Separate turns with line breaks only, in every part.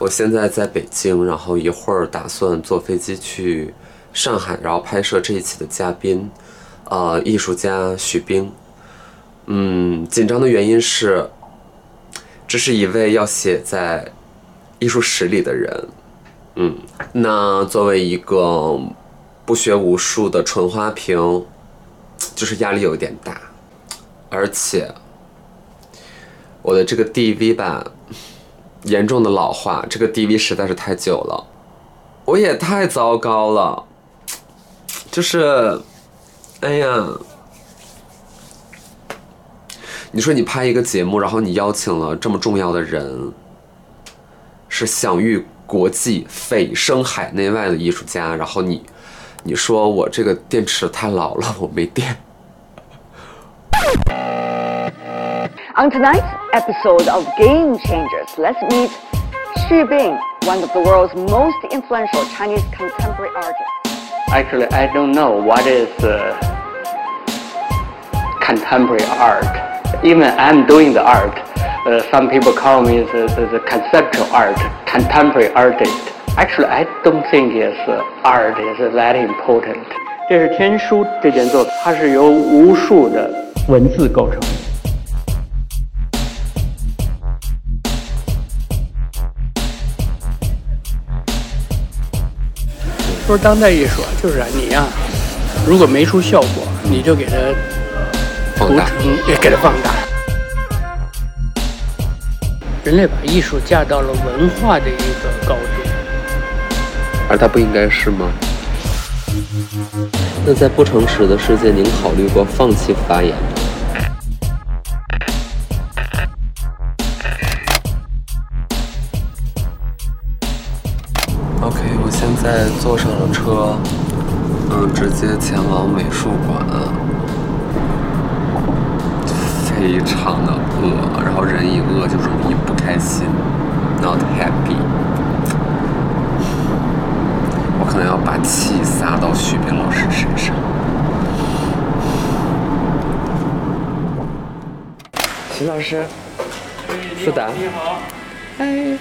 我现在在北京，然后一会儿打算坐飞机去上海，然后拍摄这一期的嘉宾，呃，艺术家徐冰。嗯，紧张的原因是，这是一位要写在艺术史里的人。嗯，那作为一个不学无术的纯花瓶，就是压力有一点大，而且我的这个 DV 吧，严重的老化，这个 DV 实在是太久了，我也太糟糕了，就是，哎呀，你说你拍一个节目，然后你邀请了这么重要的人，是享誉国际、蜚声海内外的艺术家，然后你，你说我这个电池太老了，我没电。
On tonight's episode of Game Changers, let's meet Xu Bing, one of the world's most influential Chinese contemporary artists.
Actually, I don't know what is uh, contemporary art. Even I'm doing the art. Uh, some people call me the, the, the conceptual art, contemporary artist. Actually, I don't think is uh, art is that important. 这是天书这件作品，它是由无数的文字构成。说当代艺术啊，就是啊，你呀、如果没出效果，你就给它
放大
涂成也给它放大。人类把艺术架到了文化的一个高度。
而它不应该是吗？那在不诚实的世界，您考虑过放弃发言吗？OK，我现在坐上了车，嗯，直接前往美术馆，非常的饿，然后人一饿就容易不开心，not happy。我可能要把气撒到徐斌老师身上。徐老师，思达，你好，哎，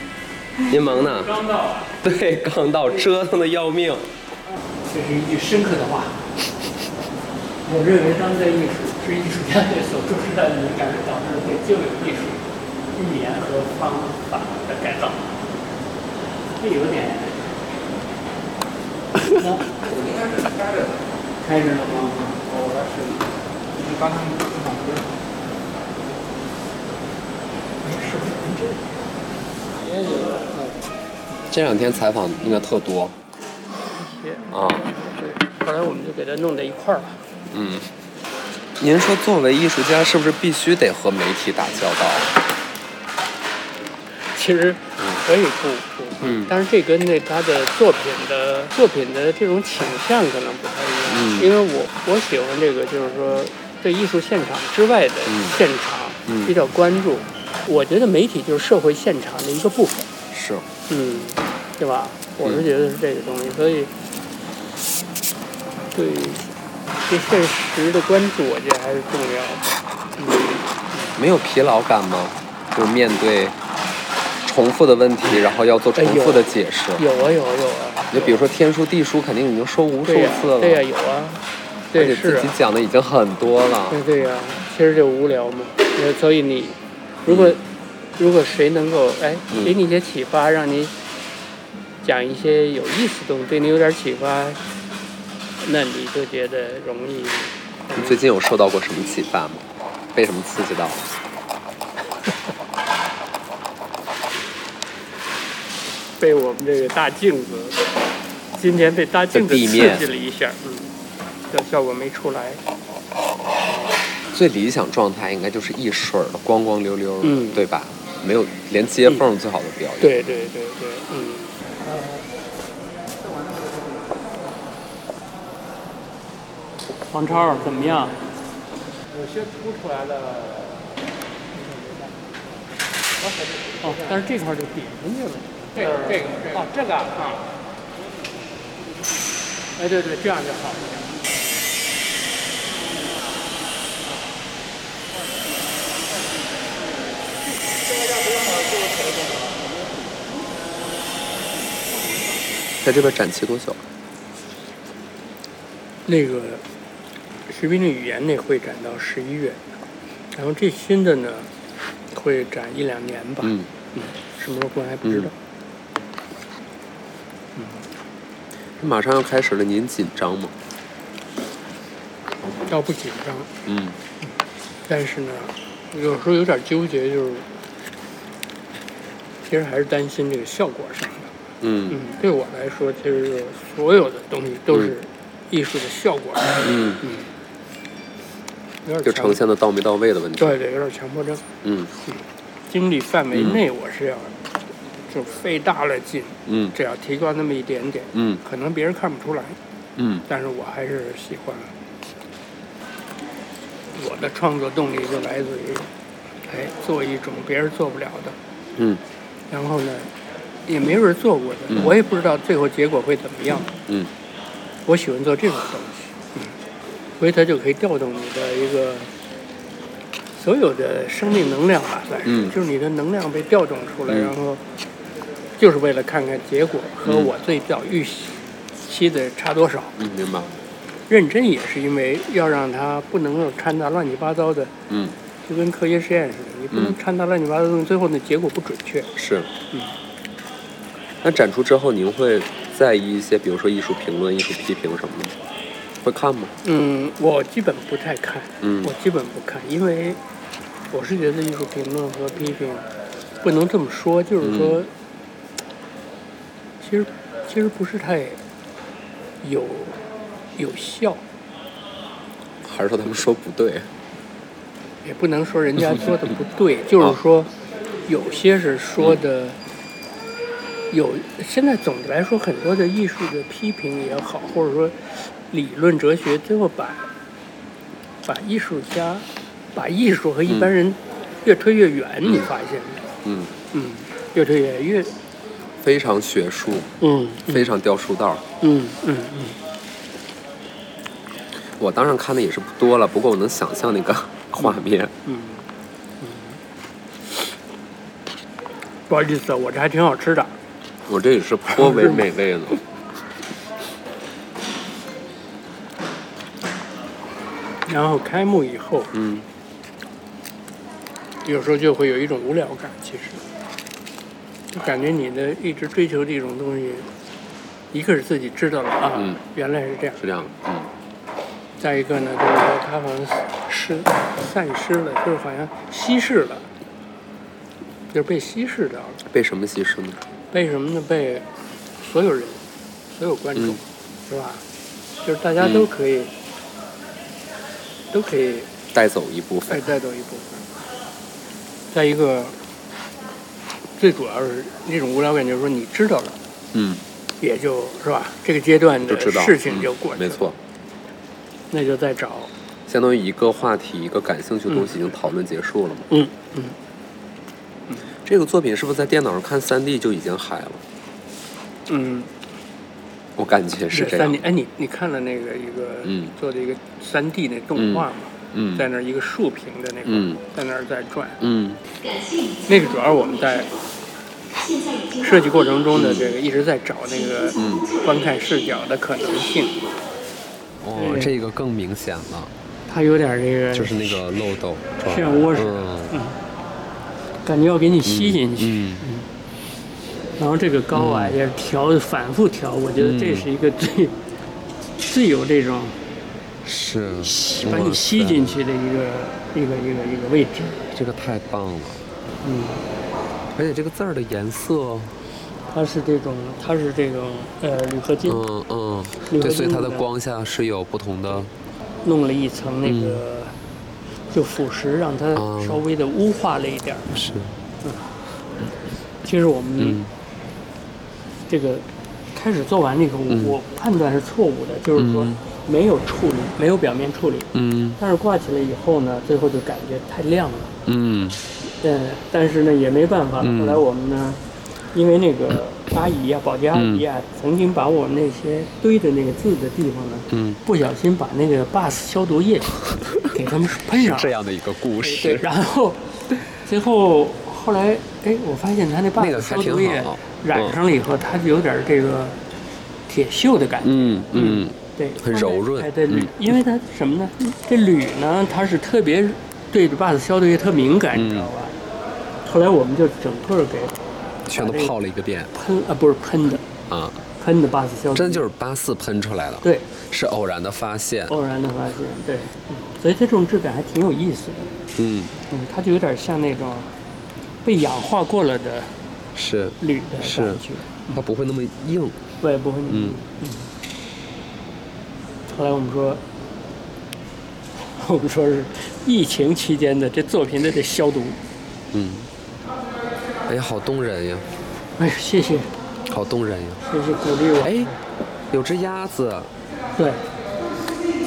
您忙 呢？刚到，对，刚到，折腾的要命。
这是一句深刻的话。我认为当代艺术是艺术家对所重视的敏感的导致对旧有艺术语言和方法的改造。这有点。那开着了吗？哦我来试一
就刚才那个市场不是
这两天采访应该特多啊。
些。后来我们就给它弄在一块儿了。
您说，作为艺术家，是不是必须得和媒体打交道？
其实可以不不，
嗯
但是这跟那他的作品的作品的这种倾向可能不太一样，
嗯
因为我我喜欢这个就是说对艺术现场之外的现场
嗯
比较关注，我觉得媒体就是社会现场的一个部分，
是，
嗯，对吧？
嗯
我是觉得是这个东西，所以对对现实的关注，我觉得还是重要的。嗯
没有疲劳感吗？就是面对重复的问题，然后要做重复的解释。
有啊有啊有啊，
你就比如说天书、地书，肯定已经说无数
对呀、
次了，
对呀、有啊，
而
对
且
是
自
啊
己。讲的已经很多了。
对对呀、其实就无聊嘛。呃所以你，如果、如果谁能够哎
嗯
给你一些启发，让你讲一些有意思的东西，对你有点启发，那你就觉得容易。
你最近有受到过什么启发吗？被什么刺激到？
被我们这个大镜子，今年被大镜子
在地
刺
面
激了一下，嗯，效效果没出来。
最理想状态应该就是一水儿的光光溜溜的，
嗯
对吧？没有连接缝儿最好的表演。
对对对对，嗯。王超怎么样？有些凸出来了。哦，但是这块儿就顶上去了。这个这个哦，这个啊。哎，对对，这样就好一点。
在这边展期多久？
那个徐斌的语言那会展到十一月，然后这新的呢会展一两年吧，
嗯
什么时候过来还不知道。
马上要开始了，您紧张吗？
倒不紧张，
嗯，
但是呢，有时候有点纠结，就是其实还是担心这个效果上的。
嗯
嗯，对我来说，其实就是所有的东西都是艺术的效果上的，
嗯，
有点
就
强
呈现的到没到位的问题。
对对，有点强迫症。
嗯
精力范围内，我是要就费大了劲，
嗯
只要提高那么一点点，
嗯
可能别人看不出来，
嗯
但是我还是喜欢。我的创作动力就来自于，哎，做一种别人做不了的，
嗯
然后呢，也没人做过的，
嗯
我也不知道最后结果会怎么样。
嗯
我喜欢做这种东西，嗯，所以它就可以调动你的一个所有的生命能量吧，算是，
嗯
就是你的能量被调动出来，
嗯
然后就是为了看看结果和我最早预期的差多少。
嗯，明白。
认真也是因为要让它不能够掺杂乱七八糟的，
嗯，
就跟科学实验似的，你不
嗯
能掺杂乱七八糟的东西，最后那结果不准确。
是。
嗯
那展出之后，您会在意一些，比如说艺术评论、艺术批评什么的吗，会看吗？
嗯，我基本不太看，
嗯
我基本不看，因为我是觉得艺术评论和批评不能这么说，就是说，其实其实不是太有有效，
还是说他们说不对？
也不能说人家说的不对，就是说有些是说的。有，现在总的来说，很多的艺术的批评也好，或者说理论哲学，最后把把艺术家、把艺术和一般人越推越远，你发现没？
嗯，
嗯，越推越越，
非常学术，
嗯
非常掉书袋儿。
嗯嗯嗯，
我当然看的也是不多了，不过我能想象那个画面。
嗯不好意思啊，我这还挺好吃的。
我这也是颇为美味 呢。
然后开幕以后，
嗯，
有时候就会有一种无聊感，其实就感觉你的一直追求这种东西，一个是自己知道了啊，
嗯
原来是这样，
是这样的。嗯
再一个呢，就是说它好像失散失了，就是好像稀释了，就是被稀释掉了。
被什么稀释呢？
被什么呢？被所有人、所有观众，
嗯
是吧？就是大家都
嗯
可以，都可以
带走一部
再
分。
带走一部分。再一个，最主要是那种无聊感，就是说你知道了，
嗯，
也就是吧，这个阶段
就
的
知道
事情就过
嗯
去
没，
了，
错，
那就再找，
相当于一个话题、一个感兴趣的东西已经讨论结束了嘛。
嗯嗯。
这个作品是不是在电脑上看三 D 就已经嗨了？
嗯，
我感觉是这
三
样
D，。哎，你你看了那个一个、
嗯
做的一个三 D 那动画吗？
嗯
在那儿一个竖屏的那个，
嗯
在那儿在转，
嗯
那个主要我们在设计过程中的这个一直在找那个
嗯
观看视角的可能性，
哦，这个更明显了，
它有点这个，
就是那个漏斗状。
漩涡似的
嗯
感觉要给你吸进去。
嗯
然后这个高啊也是调反复调，我觉得这是一
嗯
个最最有这种
是。
把你吸进去的一个
嗯
一个一个一个位置。
这个太棒了。嗯，而且这个字儿的颜色，
它是这种，它是这种呃铝合金
嗯嗯，
绿
对，
和
所以它
金
的
的
光下是有不同的。
弄了一层那
嗯
个就腐蚀，让它
哦
稍微的污化了一点儿。
是，
其实我们
嗯
这个开始做完那个，我
嗯
我判断是错误的，就是说
嗯
没有处理，没有表面处理。
嗯
但是挂起来以后呢，最后就感觉太亮了。
嗯
嗯，但是呢也没办法。
嗯
后来我们呢，因为那个阿姨啊，保洁阿姨啊，曾经把我们那些堆的那个字的地方呢，
嗯，
不小心把那个 bus 消毒液给他们 喷上了。
样的一个故
对，，然后最后后来，哎，我发现他那
那
bus
个还
消毒
挺
液
好嗯
染上了以后，它就有点这个铁锈的感觉。
嗯嗯，
对，
很柔润
哎，对铝
嗯，
因为它什么呢？这铝呢，它是特别对把子消毒液特敏感，你知道吧？后来我们就整个给
全都泡了一个遍
喷啊，不是喷的，
啊，
喷的把子消毒液，
真的就是八四喷出来的，
对，
是偶然的发现，
偶然的发现，对，嗯所以它这种质感还挺有意思的，
嗯，
嗯，它就有点像那种被氧化过了的
是，
铝的
是
感觉，
它不会那么硬，
对，不会那么硬。嗯后来我们说， 我们说是疫情期间的这作品得得消毒。
嗯，哎呀，好动人呀，
哎呀，谢谢，
好动人呀，
谢谢鼓励我。
哎，有只鸭子，
对，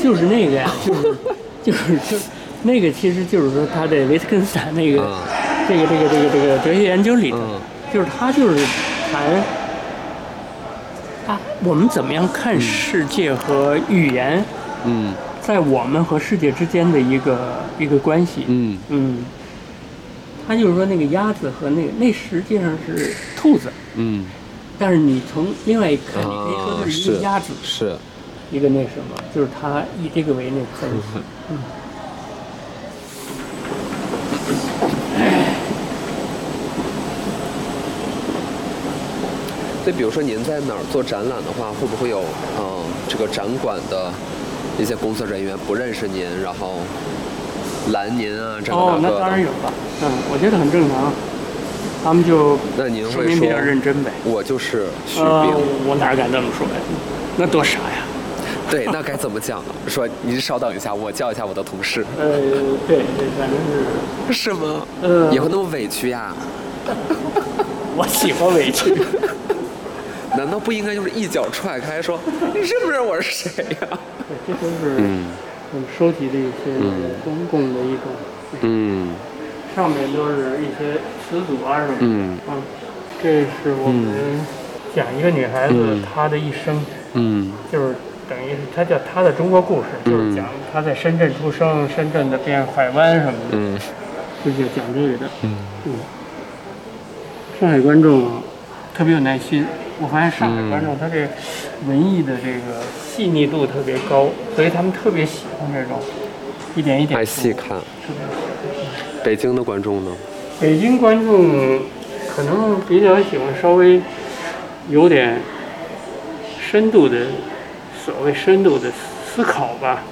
就是那个呀，就是就是就那个，其实就是说他这维特根斯坦那个、
啊
这个这个这个这个哲学研究里头，
嗯
就是他就是谈啊，我们怎么样看世界和语言。
嗯
在我们和世界之间的一个一个关系。
嗯
嗯，他就是说那个鸭子和那个那实际上是兔子，
嗯，
但是你从另外一看，你可以说
啊
它，是一个鸭子，
是，
一个那什么，就是它以这个为那个分析。 嗯。
所以比如说您在哪儿做展览的话，会不会有嗯这个展馆的一些工作人员不认识您，然后拦您啊这个
哦，
那
那
个
当然
的？
有了。嗯，我觉得很正常。他们就
那您
说
会
明
说
比较认真呗。
我就是徐
呃
冰，，
我哪敢这么说呀？那多傻呀！
对，那该怎么讲？说您稍等一下，我叫一下我的同事，
呃，对对，反正是。
是吗？
呃
也会那么委屈呀？
我喜欢委 屈。
难道不应该就是一脚踹开说你认不认我是谁呀？
对，这都是嗯我们收集的一些公共的一种，
嗯
上面都是一些词组啊什么的。
嗯
嗯，这是我们讲一个女孩子、她的一生，
嗯
就是等于是她叫她的中国故事，就是讲她在深圳出生，深圳的变拐弯什么的，
嗯
就是讲这个的。嗯上海观众特别有耐心。我发现上海观众他这文艺的这个细腻度特别高，所以他们特别喜欢这种一点一点
爱
的
细看。北京的观众呢？
北京观众可能比较喜欢稍微有点深度的，所谓深度的思考吧。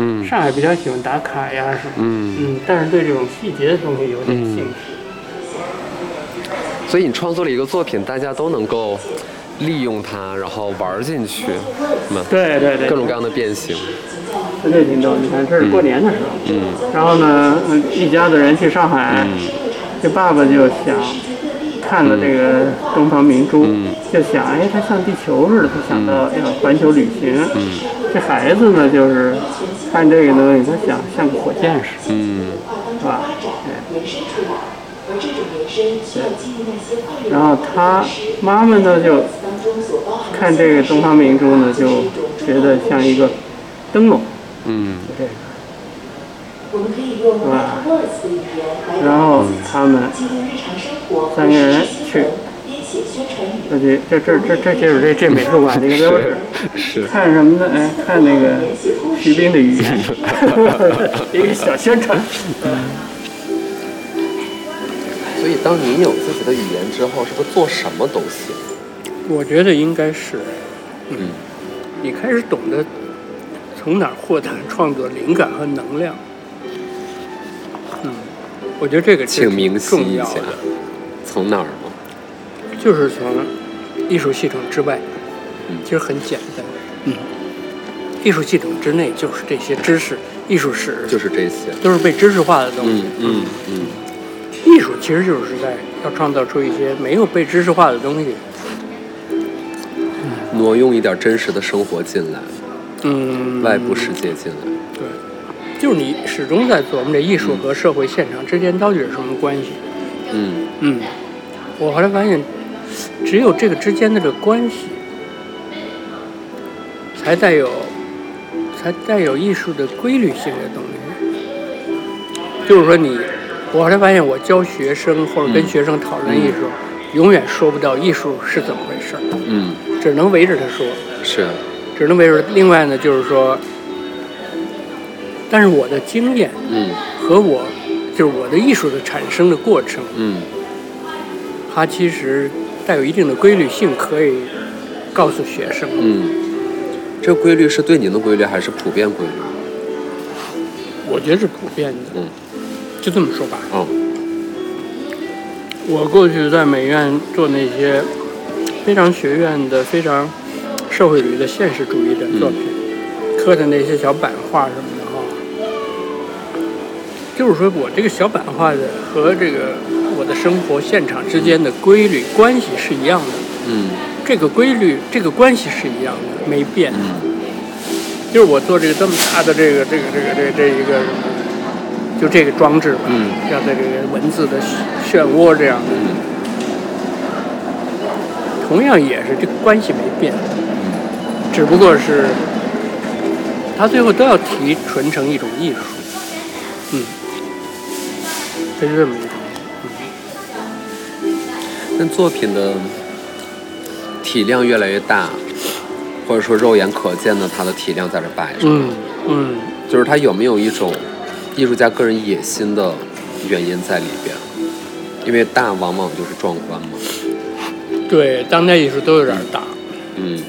嗯
上海比较喜欢打卡呀什么，
嗯，
嗯，但是对这种细节的东西有点兴趣。
所以你创作了一个作品，大家都能够利用它，然后玩进去，嘛，
对对对，
各种各样的变形。
这对挺逗。你看，这是过年的时候，然后呢，嗯一家子人去上海，这爸爸就想看了这个东方明珠，就想，哎，它像地球似的，他想到要环球旅行。这孩子呢，就是看这个东西，他想像个火箭似的，
嗯
是吧？对
而这种延伸需要基于那些快乐
然后他妈妈呢，就
当中所包含
看这个东方明珠呢，就觉得像一个灯笼，
嗯
就这个。
我们可以用马可波罗斯的语言来
然后他们
记录日常生活
三个
和时
人
事新
去
闻，编写宣传语。
这就这这这这就是这这美术馆的一个标志。
是，
看什么呢？哎，看那个徐冰的 语言，一个小宣传。
所以当你有自己的语言之后，是不是做什么都行？
我觉得应该是，
嗯，
你开始懂得从哪儿获得创作灵感和能量。嗯，我觉得这个是
请明晰
重
一
要
下
的，，
从哪儿吗？
就是从艺术系统之外，
嗯
其实很简单。嗯，艺术系统之内就是这些知识、艺术史，
就是这些。
都是被知识化的东西
嗯。嗯嗯
艺术其实就是在要创造出一些没有被知识化的东西。
挪用一点真实的生活进来，
嗯，
外部世界进来。
对，就是你始终在琢磨着艺术和社会现场之间到底是什么关系。
嗯
嗯，我后来发现，只有这个之间的这个关系，才带有，才带有艺术的规律性的东西。就是说你，我后来发现，我教学生或者跟学生讨论艺术，永远说不到艺术是怎么回事儿，
嗯，
只能围着他说，
是，啊
只能围着。另外呢，就是说，但是我的经验
嗯
和我就是我的艺术的产生的过程，
嗯
它其实带有一定的规律性，可以告诉学生。
嗯，这规律是对您的规律还是普遍规律？
我觉得是普遍的。
嗯，
就这么说吧。
嗯
我过去在美院做那些非常学院的、非常社会主义的现实主义的作品，
嗯
刻的那些小版画什么的哈，就是说我这个小版画的和这个我的生活现场之间的规律关系是一样的，
嗯
这个规律、这个关系是一样的，没变。
嗯
就是我做这个这么大的这个这个这个这个这一个，就这个装置吧，
嗯
要在这个文字的漩涡这样，
嗯
同样也是这个关系没变，
嗯
只不过是他最后都要提纯成一种艺术，嗯，这是这么一种。
那作品的体量越来越大，或者说肉眼可见的它的体量在这摆着，
嗯嗯，
就是它有没有一种艺术家个人野心的原因在里边？因为大往往就是壮观嘛。
对，当代艺术都有点大，
嗯，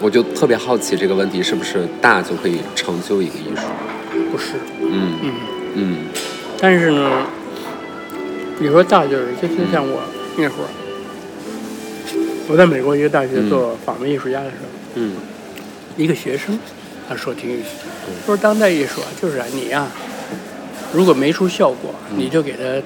我就特别好奇这个问题是不是大就可以成就一个艺术？
不是，
嗯
嗯。
嗯
但是呢，你说大就是就就像我那会儿，我在美国一个大学做访问艺术家的时候，
嗯
一个学生他说挺有意思，说当代艺术啊，就是啊你呀、如果没出效果，你就给它
嗯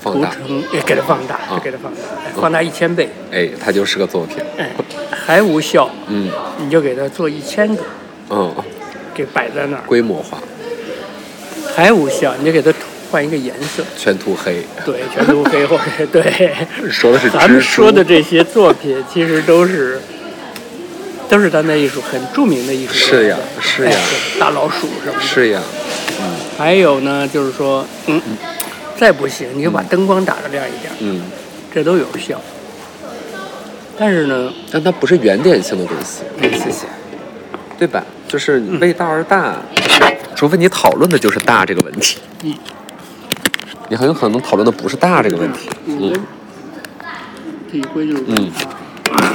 放
涂
大，啊哦
成，也给它放大，就给它放大，放大一千倍，
哎，它就是个作品。
哎，还无效，
哦嗯
你就给它做一千个，
嗯，
给摆在那儿，
规模化，
还无效，你就给它涂换一个颜色，
全涂黑。
对，全都黑或者对。
说的是
咱
蜘蛛
们说的这些作品，其实都是都是当代艺术很著名的艺术家
是呀是呀
哎大老鼠什么的。
是呀，
还有呢，就是说，嗯，再不行你就把灯光打得亮一点，
嗯，
这都有效。但是呢，
但它不是原点性的东西。
嗯
谢谢，对吧？就是你为大而大，除非你讨论的就是大这个问题。
嗯，
你很有可能讨论的不是大这个问题。
我的
嗯
体会就是，
嗯
啊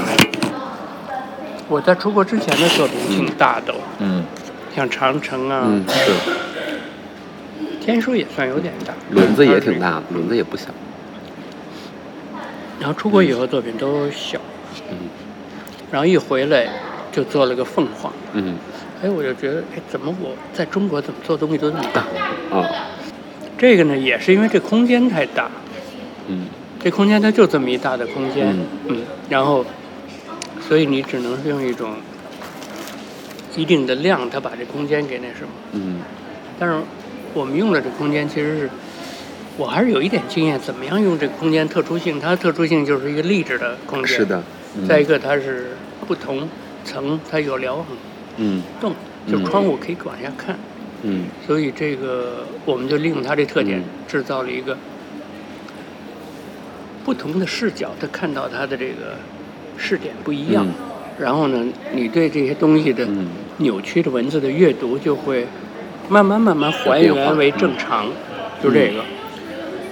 我在出国之前的作品挺大的哦，
嗯
像长城啊，
嗯，是
天书也算有点大，
轮子也挺大的，轮子也不小。
然后出国以后作品都小，
嗯，
然后一回来就做了个凤凰，
嗯
哎，我就觉得，哎，怎么我在中国怎么做东西都那么大？
啊
这个呢，也是因为这空间太大，
嗯
这空间它就这么一大的空间，
嗯
然后，所以你只能是用一种一定的量，它把这空间给那什么。
嗯
但是我们用的这空间其实是，我还是有一点经验，怎么样用这个空间特殊性？它的特殊性就是一个立着的空间，
是的。嗯
再一个，它是不同层，它有瞭望
嗯
洞，就窗户可以往下看，
嗯
所以这个我们就利用它这特点
嗯，
制造了一个不同的视角，它看到它的这个视点不一样。
嗯
然后呢，你对这些东西的
嗯
扭曲的文字的阅读，就会慢慢慢慢还
有变化
原为正常，
嗯
就这个。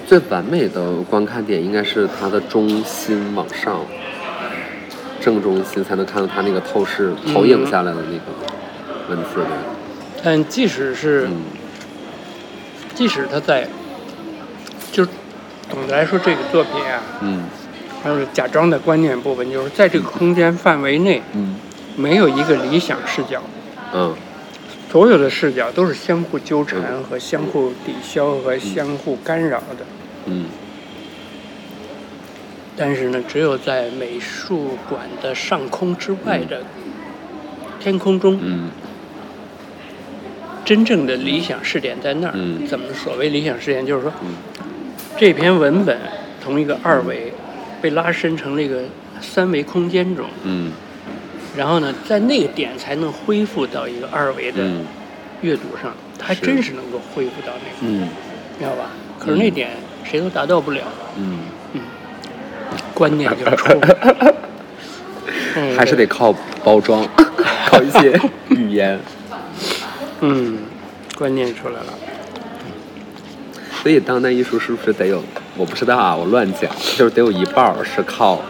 最完美的观看点应该是它的中心往上，正中心才能看到它那个透视投影下来的那个文字的。
但即使是、
嗯
即使它在，就总的来说，这个作品啊，
嗯
还有假装的观念部分，就是在这个空间范围内，
嗯
没有一个理想视角，
嗯
所有的视角都是相互纠缠和相互抵消和相互干扰的。
嗯
但是呢，只有在美术馆的上空之外的天空中，
嗯
真正的理想视点在那儿。
嗯
怎么所谓理想视点？就是说，这篇文本从一个二维被拉伸成了一个三维空间中，
嗯
然后呢，在那个点才能恢复到一个二维的
嗯
阅读上，它还
是
真是能够恢复到那个，
嗯
明白吧？可是那点谁都达到不了。
嗯，
观念就冲了。嗯
还是得靠 包装，靠一些语言。
嗯，观念出来了。
所以当代艺术是不是得有？我不知道啊，我乱讲，就是得有一半儿是靠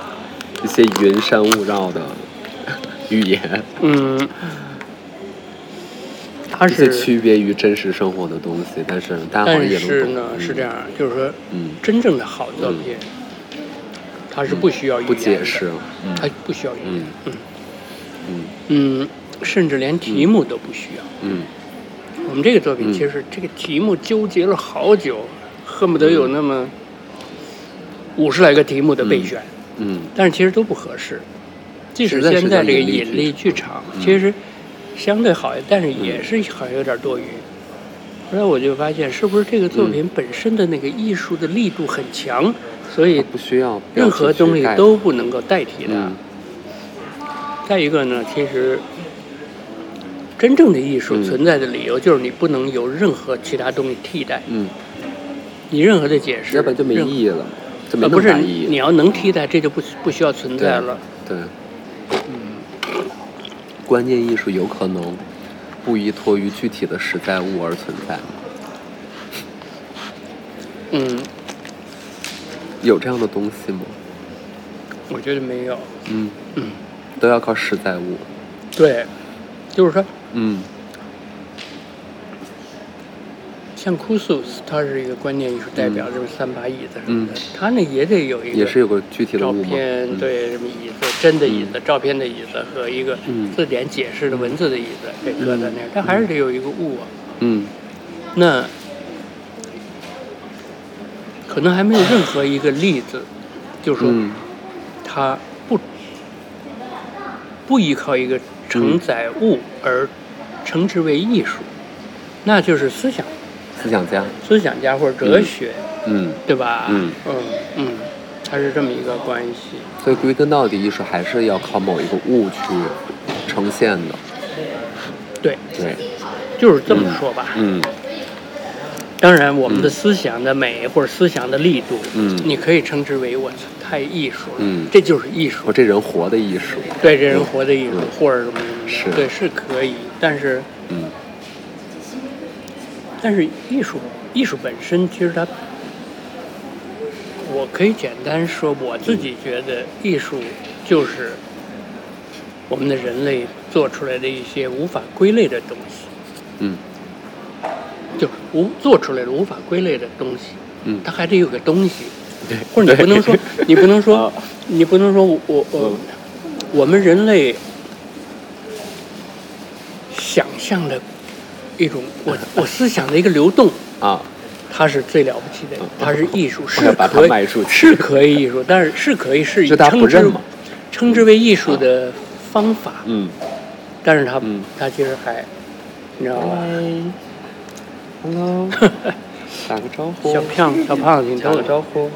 一些云山雾绕的语言，
嗯，它
一些
是
区别于真实生活的东西，但是大家好像
但
也能
是
懂。
呢，
嗯
是这，样，就是说，
嗯
真正的好作品，它是不需要语言
不
的
解释，
它不需要语言
嗯，
嗯
嗯
嗯，甚至连题目都不需要。
嗯
我们这个作品其实这个题目纠结了好久，恨不得有那么五十来个题目的备选，
嗯
但是其实都不合适。即
现
使
在是
现在这个
叫引力
引力剧场，
嗯
其实相对好一点，但是也是好像有点多余。后来我就发现，是不是这个作品本身的那个艺术的力度很强，所以
不需要标
任何
题去
东西
盖
都不能够代替它。
嗯
再一个呢，其实真正的艺术
嗯
存在的理由就是你不能有任何其他东西替代，
嗯，
你任何的解释，
要不然就没
任
意义了，就没那
呃，不
么
是，
大意义。
你要能替代，这就不不需要存
对
在了。
对，嗯，观念艺术有可能不依托于具体的实在物而存在，
嗯，
有这样的东西吗？
我觉得没有。
嗯都要靠实在物。
对，就是说，
嗯
像库苏斯，他是一个观念艺术代表，就是三把椅子什么的，
嗯
他那也得有一个
也是有个具体的嗯
照
物吗？
片，对，什么椅子，真的椅子，照片的椅子和一个
嗯
字典解释的文字的椅子，给搁在那儿，它还是得有一个物啊。
嗯
那可能还没有任何一个例子，就说
嗯
它不不依靠一个
嗯
承载物而称之为艺术，那就是思想
思想家。
思想家或者哲学，
嗯，
对吧？
嗯
嗯嗯，它是这么一个关系。
所以归根到底，艺术还是要靠某一个物去呈现的。
对，
对，
就是这么说吧。
嗯
当然，我们的思想的美或者思想的力度，
嗯
你可以称之为我操太艺术了，
嗯
这就是艺术
我。这人活的艺术。
对这人活的艺术
嗯
或者什么什么
是
的，对是可以，但是
嗯
但是艺术艺术本身其实它，我可以简单说，我自己觉得艺术就是我们的人类做出来的一些无法归类的东西，
嗯
就无做出来的无法归类的东西，
嗯
它还得有个东西，或者你不能说，你不能
啊
说，你不能说我我
嗯
我，我们人类想象的一种，我我思想的一个流动，
嗯啊，嗯
它是最了不起的，它是艺术，
要
是
把它
可以
卖出去
是可以艺术，但是是可以是以
就大家不
称之
认嘛
称之为艺术的方法，
嗯
但是它
嗯哎
它其实还，你知道吧？
，Hello，打个招呼
小胖小胖子，你
打
等
个
我，
招呼。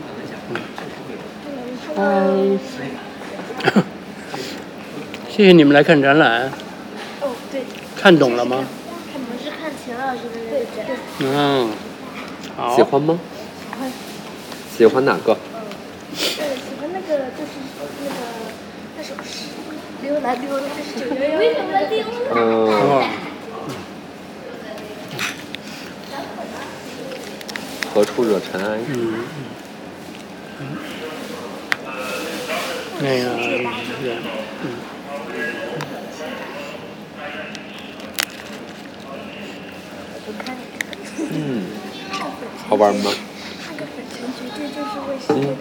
嗯
谢谢你们来看展览，
哦，对，
看懂了吗？
我们是看钱老师的那个展，
嗯，好，
喜欢吗？喜欢哪个？
对，喜欢那个就是那个那首诗，溜来溜来是九幺幺。为什么溜？
嗯，
哦，
何处惹尘埃？
那个是，嗯，
嗯，好玩吗？嗯
那个粉尘绝对就是为什么。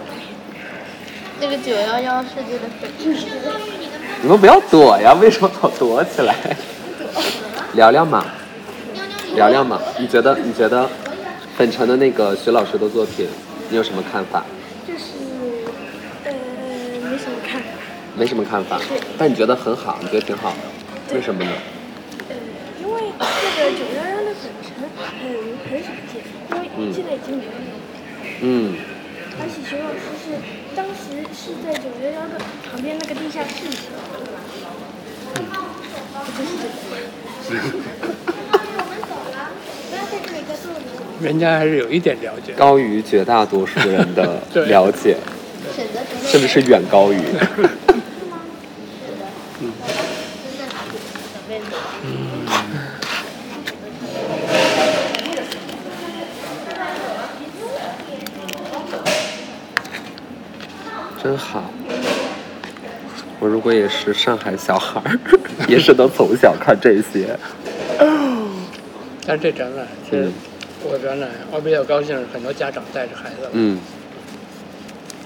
那个九幺幺设计的粉尘，
你们不要躲呀，为什么老躲起来？聊聊嘛，聊聊嘛。你觉得你觉得粉尘的那个徐老师的作品，你有什么看法？
就是呃没什么看法，
没什么看法，但你觉得很好，你觉得挺好的，为什么呢？
呃因为这个九幺幺的粉尘很很少见，因为现在已经没有了。
嗯
而且熊老师是当时是在九幺幺的旁边那个地下室里头。我真是这个。
人家还是有一点了解。
高于绝大多数人的
对
了解，
选择
甚至是远高于。真好。我如果也是上海小孩儿， 也是能从小看这些。
但是这展览，这
嗯
我展览，我比较高兴，很多家长带着孩子。
嗯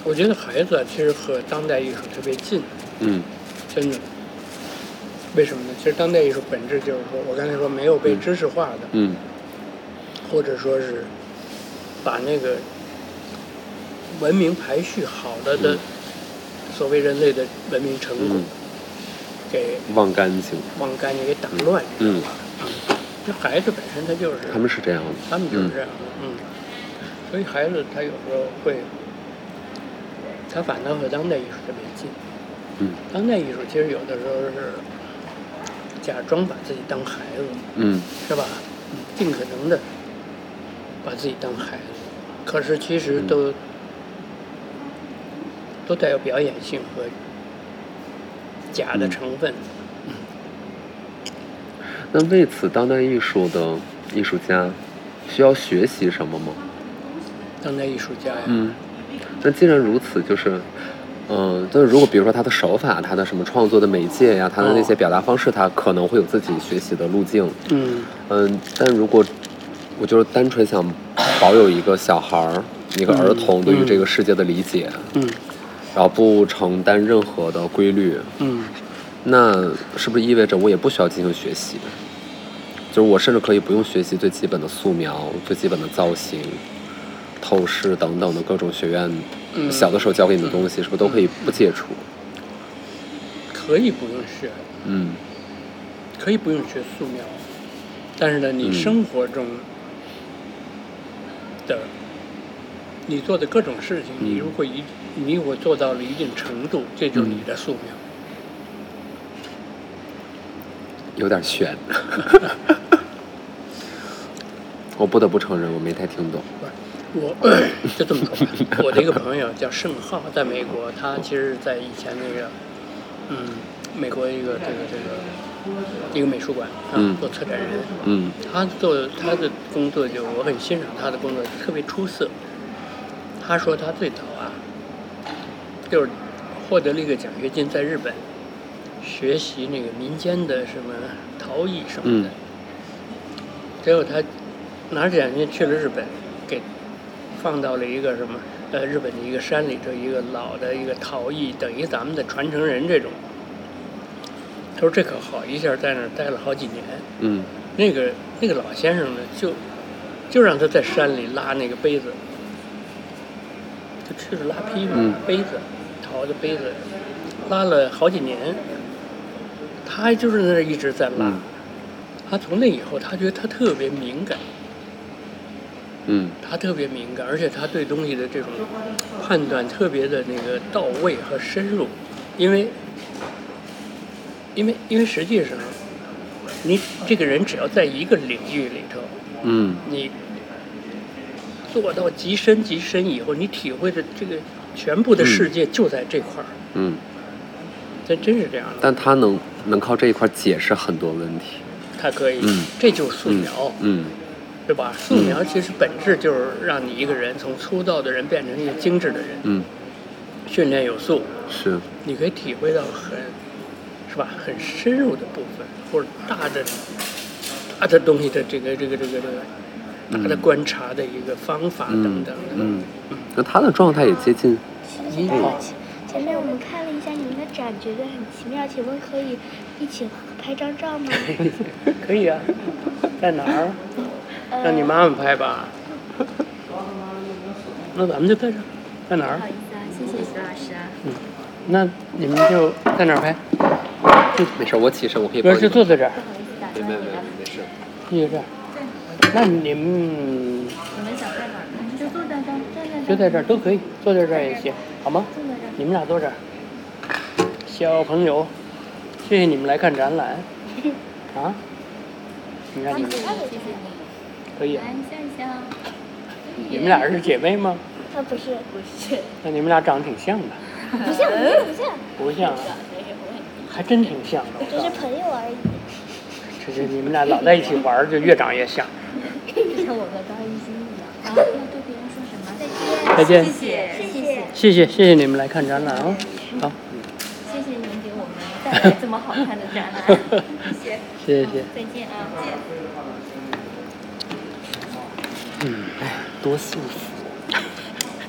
我觉得孩子其实和当代艺术特别近，
嗯
真的。为什么呢？其实当代艺术本质就是说，我刚才说没有被知识化的，
嗯
或者说是把那个文明排序好了的、
嗯
所谓人类的文明成果
嗯，
给
忘干净。
忘干净、给打乱。
嗯，
这孩子本身他就是
他们是这样的。
他们就是这样的，嗯。所以孩子他有时候会，他反倒和当代艺术特别近。
嗯。
当代艺术其实有的时候是假装把自己当孩子，
嗯
是吧？尽可能的把自己当孩子，可是其实
嗯
都、都带有表演性和假
嗯
的成分。
那为此，当代艺术的艺术家需要学习什么吗？
当代艺术家呀，
嗯，那既然如此，就是，嗯、但是如果比如说他的手法、他的什么创作的媒介呀、他的那些
哦
表达方式，他可能会有自己学习的路径。
嗯
嗯，但如果我就是单纯想保有一个小孩儿、一个儿童对于这个世界的理解，
嗯
然后不承担任何的规律，
嗯，
那是不是意味着我也不需要进行学习？就是我甚至可以不用学习最基本的素描、最基本的造型、透视等等的各种学院、
嗯
小的时候教给你的东西，是不是都可以不接触？
可以不用学。
嗯
可以不用学素描，但是呢，你
嗯
生活中的、你做的各种事情，
嗯
你如果一你如果做到了一定程度，这就是你的素描。
有点悬。 我不得不承认，我没太听懂。
我就这么说吧，我的一个朋友叫盛浩，在美国，他其实在以前那个，嗯，美国一个这个这个一个美术馆啊、
嗯
做策展人，
嗯
他做他的工作就我很欣赏他的工作，特别出色。他说他最早啊，就是获得了一个奖学金，在日本学习那个民间的什么陶艺什
嗯
么的。结果他拿着奖学金去了日本，给放到了一个什么呃日本的一个山里头，一个老的一个陶艺，等于咱们的传承人这种。他说这可好，一下在那儿待了好几年。
嗯
那个那个老先生呢，就就让他在山里拉那个杯子，就去了拉坯嘛，
嗯
杯子，陶的杯子，拉了好几年，他就是在那儿一直在拉。
嗯
他从那以后，他觉得他特别敏感，
嗯
他特别敏感，而且他对东西的这种判断特别的那个到位和深入，因为，因为因为实际上，你这个人只要在一个领域里头，
嗯
你做到极深极深以后，你体会的这个全部的世界就在这块儿，
嗯，
这真是这样的，
但他能能靠这一块解释很多问题。
他可以，
嗯
这就是素描。
嗯
对吧？素描其实本质就是让你一个人从粗糙的人变成一个精致的人，
嗯，
训练有素，
是
你可以体会到很，是吧？很深入的部分，或者大的大的东西的这个这个这个这个大的观察的一个方法等等的。
嗯，那他的状态也接近。
你好，
嗯
前面我们看了一下你们的展，觉得很奇妙，请问可以一起拍张照吗？
可以啊，在哪儿？让你妈妈拍吧。那咱们就在这儿，在哪儿？嗯
不好意思啊，谢谢徐老师啊。
那你们就在哪儿拍？
没事，我起身，我可以
不
帮你
是就
们。
坐在这儿，
没没没没事。
就在这儿。那你们
你们想在哪儿看？
就坐在这儿，站在这
就在这儿都可以，坐在这儿也行，好吗？
坐在这儿。
你们俩坐这儿。小朋友，谢谢你们来看展览。啊？你看你们
谢谢你。
可以啊，
来，你笑一笑。
你们俩是姐妹吗？
啊，不是，
不是，
那你们俩长得挺像的。
不像，不像，
不像啊，还真挺像的。我
只
告诉你
是朋友而已。
这是你们俩老在一起玩儿，就越长越像。
就像我和高一新一样。啊，要对别人说什么？
再见，
谢谢，谢谢，
谢谢谢谢你们来看展览啊！好，
谢谢您给我们带来这么好看的展览。谢谢，
谢谢，
再见啊，再见。
多舒服。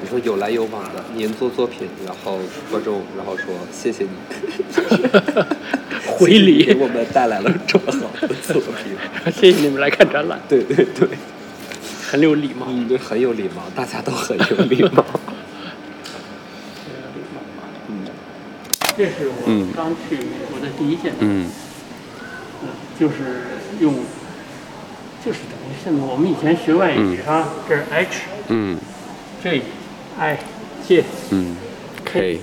你说有来有往的您做作品，然后观众然后说谢谢你，
回
谢谢你
礼
给，我们带来了这么好的作品，
谢谢你们来 看展览，
对对对，
很有礼貌。
嗯，很有礼貌，大家都很有礼 貌。
这是我刚去美国的第一件，嗯，就是用，就是等于现在我们以前学外语啊，这是 H，
嗯
J I J
嗯，K，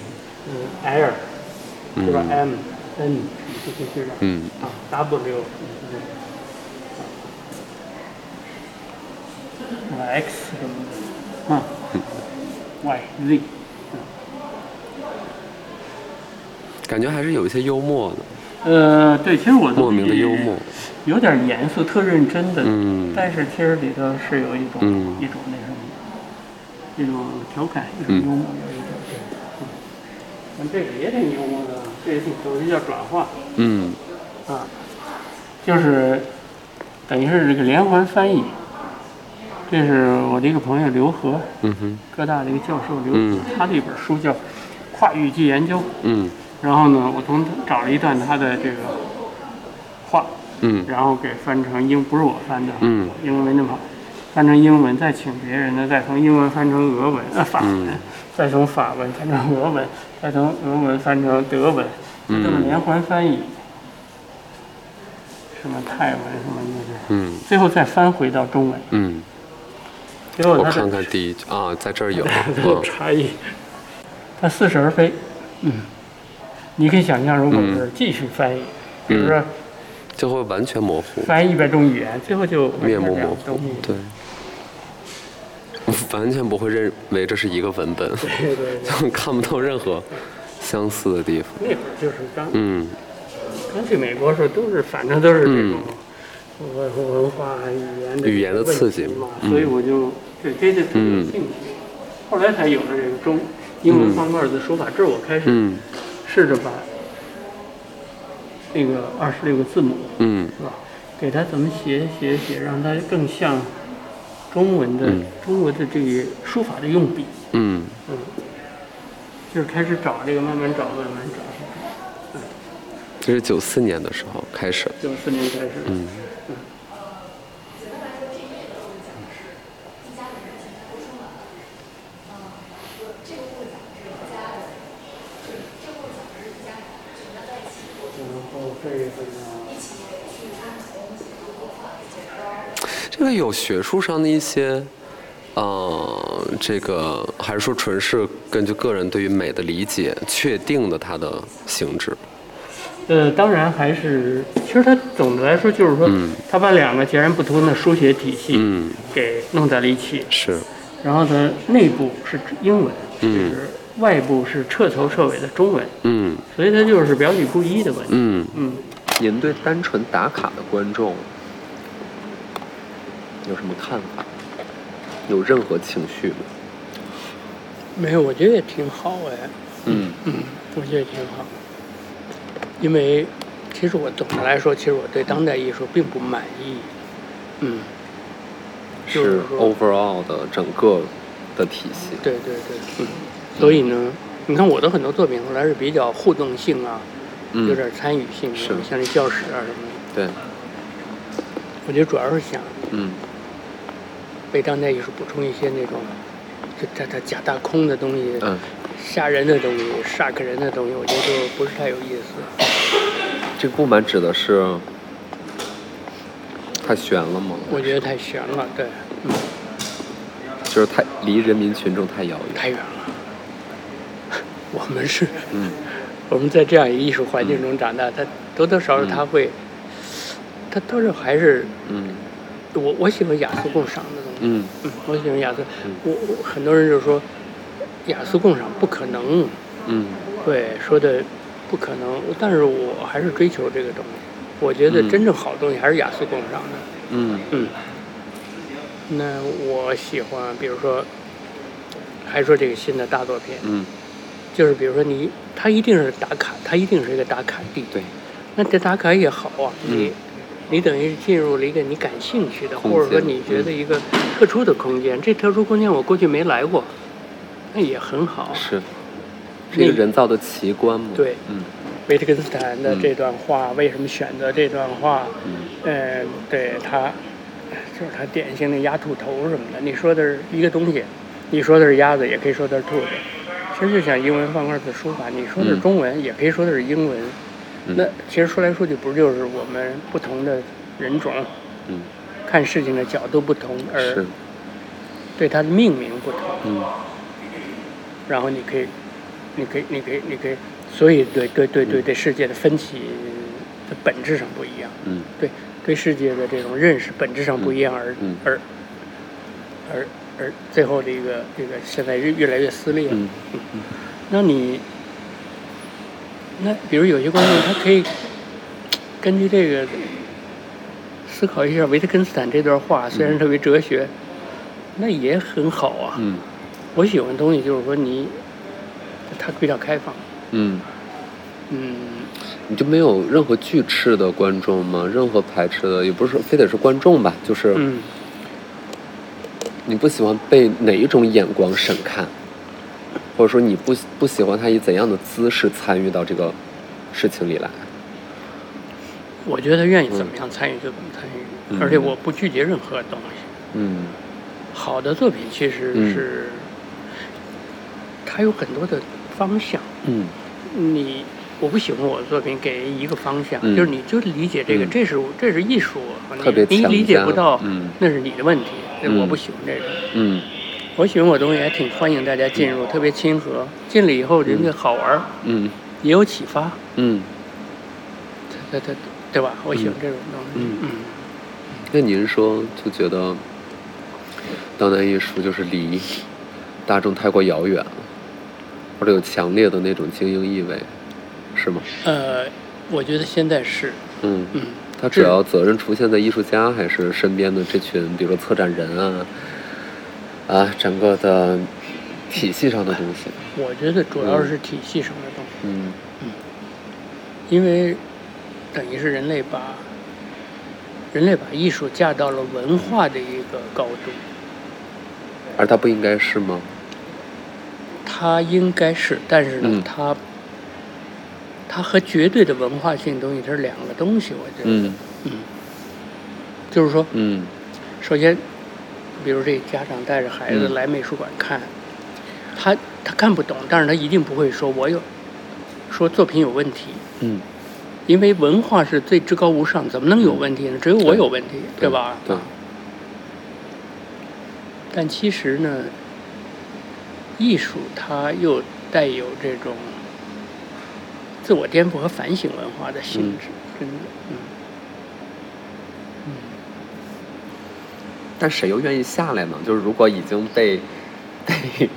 嗯 L，是吧？M N 这些这些的
嗯
啊 W，嗯，X 什么的，啊，Y Z，
感觉还是有一些幽默的，
呃，对，其实我
莫名的幽默。，
有点严肃、特认真的，
嗯
但是其实里头是有一种、
嗯
一种那什么，一种调侃，一种幽默，有一种这个。嗯嗯，这个也挺幽默的，这也挺都是叫转化
嗯
啊，就是等于是这个连环翻译。这是我的一个朋友刘和，
嗯哼
哥大的一个教授刘和，
嗯
他的一本书叫《跨语句研究》，
嗯
然后呢，我从他找了一段他的这个话，
嗯
然后给翻成英，不是我翻的，
嗯，
英文没那么好，翻成英文，再请别人呢，再从英文翻成俄文，呃，法
嗯
文，再从法文翻成俄文，再从俄文翻成德文，就这么连环翻译，什么泰文什么的，
嗯
最后再翻回到中文，
嗯，
结果
我
它
看
的
看第一句啊，在这儿 有，
有
嗯
差异，它似是而非，嗯，你可以想象，如果
嗯
是继续翻译，比如说
就会完全模糊，
翻译一百种语言，最后就完全
面目
两
模
个
糊
东西，
对，完全不会认为这是一个文本，
对对对，
就看不到任何相似的地方。
那会儿就是刚
嗯
刚去美国的时候，都是反正都是这种
嗯
文文化语言的
语言的
问
刺
题
激
嘛，
嗯
所以我就对这些特别有
嗯
兴趣。后来才有了这个中英文方面的书法，这是我开始
嗯
试着把那个二十六个字母
嗯
是吧，啊给它怎么写写写，让它更像中文的、
嗯
中国的这个书法的用笔，
嗯
嗯，就是开始找这个，慢慢找，慢慢找。
这是九四年的时候开始，
九四年开始。嗯。
这个有学术上的一些，呃，这个还是说纯是根据个人对于美的理解确定的它的形制。
呃，当然还是，其实它总的来说就是说，它把两个截然不同的书写体系
嗯，
给弄在了一起，
是，
然后它内部是英文，就是外部是彻头彻尾的中文，
嗯
所以它就是表里不一的问题。
嗯
嗯，
您对单纯打卡的观众有什么看法？有任何情绪吗？
没有，我觉得也挺好哎。
嗯
嗯，我觉得挺好，因为其实我总的来说，其实我对当代艺术并不满意。嗯，就是说
overall 的整个的体系。
对对对，嗯，所以呢，你看我的很多作品后来是比较互动性啊，
嗯
有点参与性啊，
是
像那教室啊什么的，
对，
我觉得主要是想
嗯
为当代艺术补充一些那种，就它它假大空的东西，
嗯，
吓人的东西，吓客人的东西，我觉得就不是太有意思。
这个不满指的是太悬了吗？
我觉得太悬了，对，嗯，
就是太离人民群众太遥远。
太远了。 我们是
嗯
我们在这样一个艺术环境中长大，它多多少少
嗯
它会，它都是还是
嗯
我我喜欢雅俗共赏的东西。
嗯
嗯，我喜欢雅俗。我我很多人就说雅俗共赏不可能，
嗯
对，说的不可能，但是我还是追求这个东西。我觉得
嗯
真正好的东西还是雅俗共赏的。
嗯
嗯，那我喜欢，比如说，还说这个新的大作品，
嗯，
就是比如说你，它一定是打卡，它一定是一个打卡地。
对，
那这打卡也好啊，
嗯
你你等于进入了一个你感兴趣的，
空
或者说
间嗯
你觉得一个特殊的空间，这特殊空间我过去没来过，那也很好。
是，是一个
那
人造的奇观嘛？
对
嗯
维特根斯坦的
嗯
这段话，为什么选择这段话？
嗯
嗯、对他，就是他典型的鸭兔头什么的。你说的是一个东西，你说的是鸭子，也可以说它是兔子。其实就像英文方块字书法，你说的是
嗯
中文，也可以说的是英文。
嗯
那其实说来说去，不就是我们不同的人种
嗯，
看事情的角度不同，而
是，
对它的命名不同。
嗯
然后你可以，你可以，你可以，你可以，所以对对对对对世界的分歧的本质上不一样。
嗯
对对世界的这种认识本质上不一样，而、
嗯
而而而最后的一个这个现在越越来越撕裂。
嗯
那你那比如有些观众他可以根据这个思考一下维特根斯坦这段
嗯
话，虽然特别哲学，那也很好啊。
嗯
我喜欢的东西就是说你它比较开放，
嗯，
嗯，
你就没有任何拒斥的观众吗？任何排斥的，也不是说非得是观众吧，就是
嗯，
你不喜欢被哪一种眼光审看，或者说你不不喜欢他以怎样的姿势参与到这个事情里来？
我觉得愿意怎么样参与就怎么参与，
嗯
而且我不拒绝任何东西。
嗯
好的作品其实
嗯
是、它有很多的方向，
嗯
你我不喜欢我的作品给一个方向，
嗯
就是你就理解这个，
嗯
这是这是艺术，啊
特别
你你
强
理解
加
不到，
嗯
那是你的问题，
嗯
我不喜欢这个。
嗯
我喜欢我的东西，还挺欢迎大家进入，特别亲和，进来以后人家好玩儿，
嗯
也有启发。
嗯，
对对对，对吧？我喜欢这种东西。
嗯
嗯，
那您说就觉得当代艺术就是离大众太过遥远了，或者有强烈的那种精英意味，是吗？
呃，我觉得现在是，
嗯，
嗯，
他主要责任出现在艺术家还是身边的这群，比如说策展人啊，啊，整个的体系上的东西。
我觉得主要是体系上的东西，
嗯
因为等于是人类把人类把艺术架到了文化的一个高度，
而他不应该是吗？
它应该是，但是呢，
嗯
它它和绝对的文化性东西它是两个东西，我觉得，
嗯
就是说，
嗯
首先，比如这家长带着孩子
嗯
来美术馆看，他他看不懂，但是他一定不会说我有说作品有问题，
嗯，
因为文化是最至高无上，怎么能有问题呢？只有我有问题，对吧？
嗯对，
但其实呢，艺术它又带有这种自我颠覆和反省文化的性质，真的，嗯。
但谁又愿意下来呢？就是如果已经被被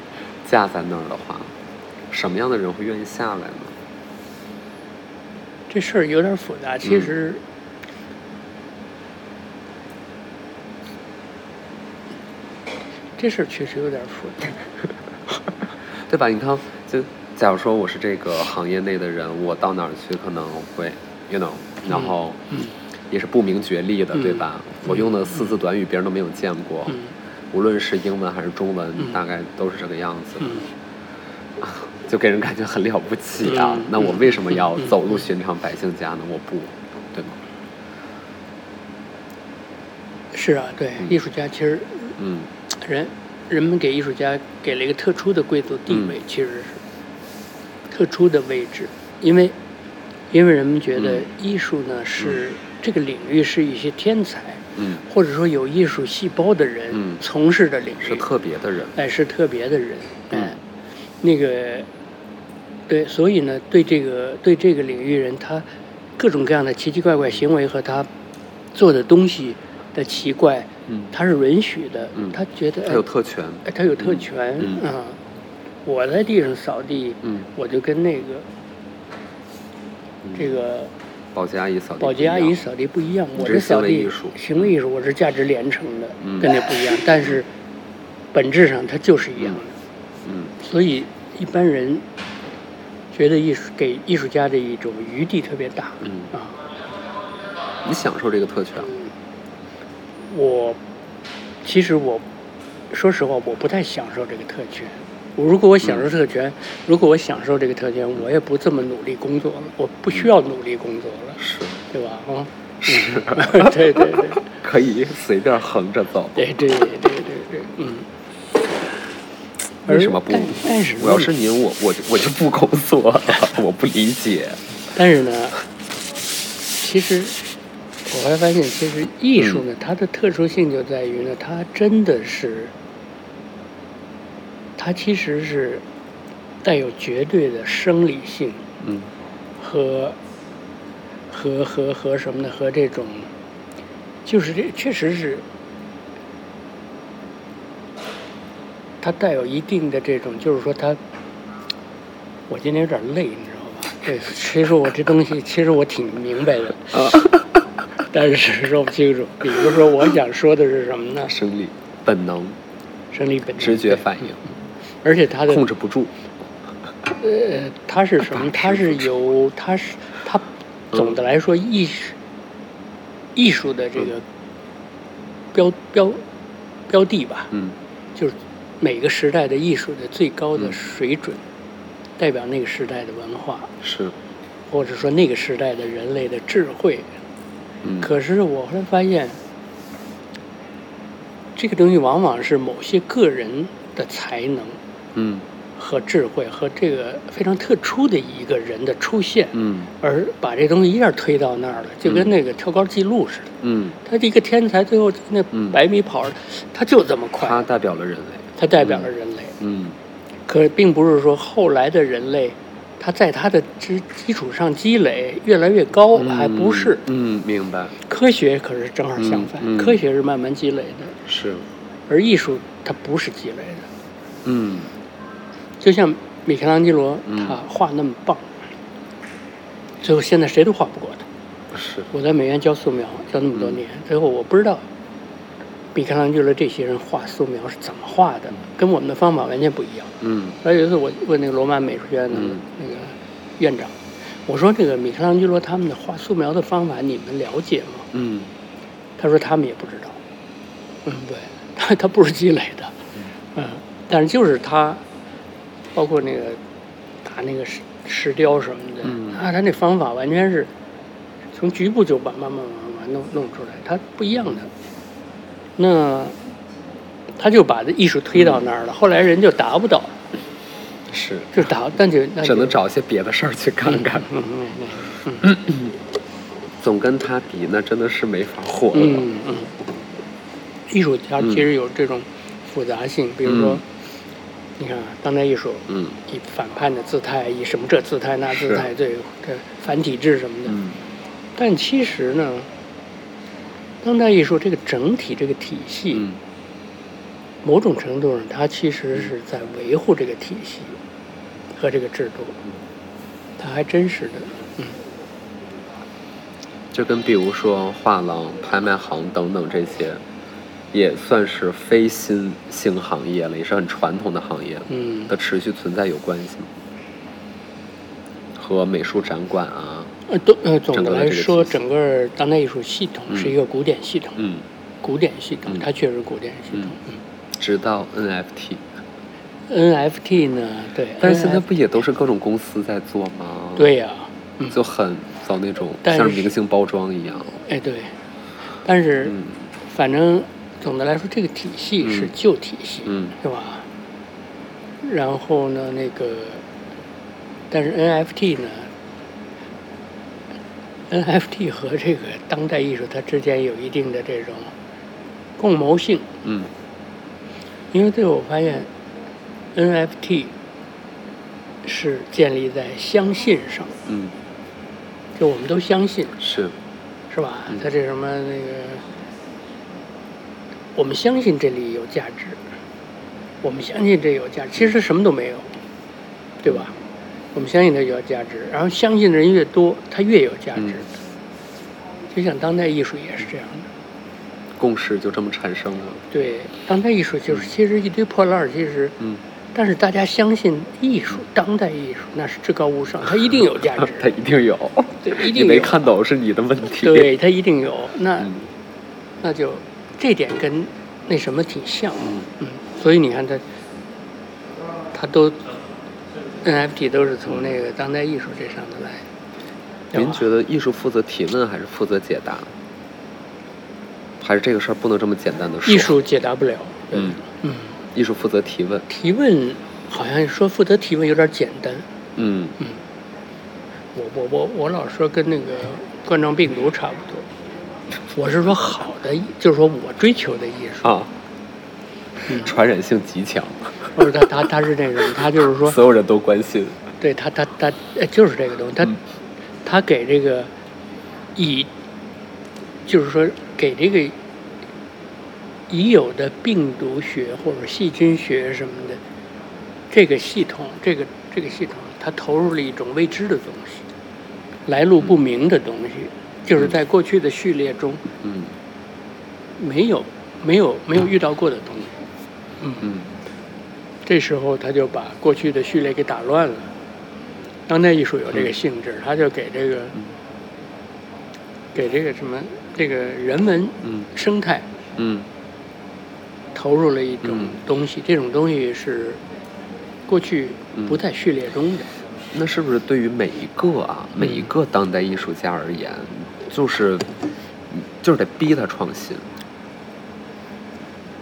架在那儿的话，什么样的人会愿意下来呢？
这事儿有点复杂，
嗯
其实、这事儿确实有点复杂。
对吧？你看，就假如说我是这个行业内的人，我到哪儿去可能会，you know，然后也是不明觉厉的，
嗯
对吧？我用的四字短语别人都没有见过，
嗯
无论是英文还是中文，
嗯
大概都是这个样子，
嗯
就给人感觉很了不起啊。
嗯
那我为什么要
嗯嗯
走入寻常百姓家呢？我不，对吗？
是啊，对，
嗯
艺术家其实
嗯
人人们给艺术家给了一个特殊的贵族地位，
嗯
其实是特殊的位置，因为因为人们觉得
嗯
艺术呢、是这个领域是一些天才。
嗯，
或者说有艺术细胞的人
嗯
从事的领域，
是特别的人，
哎，是特别的人，
嗯
啊
哎，那个，对，所以呢，对这个对这个领域人，他各种各样的奇奇怪怪行为和他做的东西
的奇怪，
嗯
他是允许的，
嗯
他觉得
它有特权，
哎，他有特权啊、
嗯嗯
我在地上扫地，
嗯
我就跟那个、这个
保洁阿姨扫地
保
不一
洁
样，
阿姨扫地不一样，我
这是
扫
行为
地
艺术
行为艺术，我是价值连城的，
嗯
跟那不一样，但是本质上它就是一样的。
嗯
所以一般人觉得艺术给艺术家的一种余地特别大。
嗯，
啊，
你享受这个特权，
我其实我说实话，我不太享受这个特权。我如果我享
嗯
受特权，如果我享受这个特权，我也不这么努力工作了，我不需要努力工作了，
是
对吧？啊，是，对对对
可以随便横着走。
对对对对对，嗯。而
为什么不
但但是？
我要是您，我我就我就不工作了， 我不理解。
但是呢，其实我还发现，其实艺术
嗯
呢，它的特殊性就在于呢，它真的是，它其实是带有绝对的生理性
嗯
和和和和什么呢？和这种，就是这确实是。它带有一定的这种，就是说它，我今天有点累，你知道吧？对，其实我这东西，其实我挺明白的，
啊，
但是说不清楚。比如说，我想说的是什么呢？
生理本能、
生理本能
直觉，反应
而且它的
控制啊不住。
呃，它是什么？它是由它是它总的来说艺术、艺术的这
嗯
个标标标的吧，
嗯
就是每个时代的艺术的最高的水准，代表那个时代的文化，
是
或者说那个时代的人类的智慧。
嗯
可是我后来发现，这个东西往往是某些个人的才能
嗯
和智慧和这个非常特殊的一个人的出现，
嗯
而把这东西一下推到那儿了，就跟那个跳高记录似的。
嗯，
他这个天才最后在那
嗯
百米跑，他就这么快，
它
他
代表了人类。
代表了人类。
嗯
可并不是说后来的人类，他在他的基基础上积累越来越高，还不是。
嗯，明白
科学可是正好相反，
嗯嗯
科学是慢慢积累的，
是
而艺术它不是积累的。
嗯
就像米开朗基罗，
嗯
他画那么棒，最后现在谁都画不过他。
是
我在美院教素描教
嗯
那么多年，最后我不知道米开朗基罗这些人画素描是怎么画的，跟我们的方法完全不一样。
嗯
然后有一次我问那个罗马美术学院的
嗯
那个院长，我说这个米开朗基罗他们的画素描的方法你们了解吗？
嗯
他说他们也不知道。嗯，对， 他他不是积累的，嗯，但是就是他，包括那个打那个石石雕什么的，
嗯
啊，他那方法完全是从局部就把慢慢慢慢慢弄弄出来，他不一样的。那他就把这艺术推到那儿了，后来人就达不到，
是，
就达，但就那
只
就
能找些别的事儿去干干。
嗯嗯嗯
总跟他比，那真的是没法活了。
嗯，嗯，艺术它其实有这种复杂性，比如说
嗯，
你看啊当代艺术，
嗯
以反叛的姿态，以什么这姿态那姿态，这这反体制什么的。
嗯
但其实呢，当代艺术这个整体这个体系，
嗯
某种程度上它其实
嗯
是在维护这个体系和这个制度，
嗯
它还真是的，嗯。
就跟比如说画廊、拍卖行等等这些，也算是非新兴行业了，也是很传统的行业了
嗯
的持续存在有关系吗？和美术展馆啊，
呃，都呃，总
整
的
个的
来
这个
说，
体系
整个当代艺术系统是一个古典系统，
嗯，
古典系统，
嗯
它确实是古典系统。
直到 NFT，
嗯 NFT 呢，对，
但是现在
NF
不也都是各种公司在做吗？，
嗯对呀、嗯
就很走那种
但
像
是
明星包装一样。
哎对，但是、
嗯
反正总的来说，这个体系是
嗯
旧体系，
嗯
对吧？然后呢，那个，但是 NFT 呢，NFT 和这个当代艺术它之间有一定的这种共谋性，
嗯
因为最后我发现，NFT 是建立在相信上，
嗯，
就我们都相信，
是嗯
是吧？它这什么那个我们相信这里有价值，我们相信这有价值，其实它什么都没有，对吧？我们相信它有价值，然后相信的人越多，它越有价
嗯
值。就像当代艺术也是这样的，
共识就这么产生了。
对，当代艺术就是其实一堆破烂儿，其实，
嗯，
但是大家相信艺术，当代艺术那是至高无上，它一定有价值
，它一定有，
对，一
你
定
没
有。
看懂是你的问题。
对，它一定有。那、
嗯
那就这点跟那什么挺像的，嗯，所以你看它，它都 NFT 都是从那个当代艺术这上头来。对
您
吧
觉得艺术负责提问还是负责解答？还是这个事儿不能这么简单的说？
艺，术解答不了，
嗯
嗯，
艺术负责提问，
提问好像说负责提问有点简单，
嗯，
我我我我老说跟那个冠状病毒差不多。我是说好的，就是说我追求的艺术，
啊，
嗯
传染性极强，
或者他他他是那种，他就是说
所有人都关心。
对他，他他呃就是这个东西，他、
嗯
他给这个已，就是说给这个已有的病毒学或者细菌学什么的这个系统，这个这个系统，它投入了一种未知的东西，来路不明的东西，就是在过去的序列中
嗯
没有没有没有遇到过的东西。
嗯
这时候他就把过去的序列给打乱了。当代艺术有这个性质，他就给这个、
嗯
给这个什么这个人文
嗯
生态
嗯
投入了一种
嗯
东西，这种东西是过去
嗯
不在序列中的。
那是不是对于每一个啊，每一个当代艺术家而言，就是就是得逼他创新，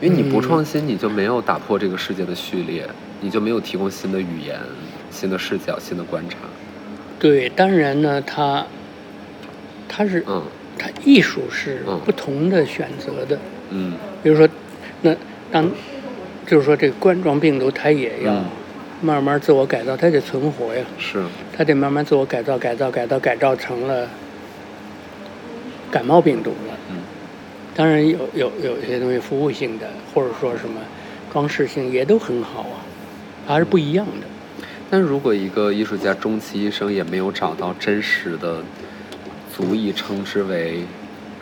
因为你不创新，你就没有打破这个世界的序列，你就没有提供新的语言、新的视角、新的观察。
对，当然呢，它它是、
嗯
它艺术是
嗯
不同的选择的。
嗯
比如说，那当就是说这个冠状病毒，它也要
嗯
慢慢自我改造，它得存活呀。
是
它得慢慢自我改造、改造、改造、改造成了感冒病毒了。
嗯，
当然有有有些东西服务性的，或者说什么装饰性也都很好啊，它是不一样的。
但如果一个艺术家终其一生也没有找到真实的，足以称之为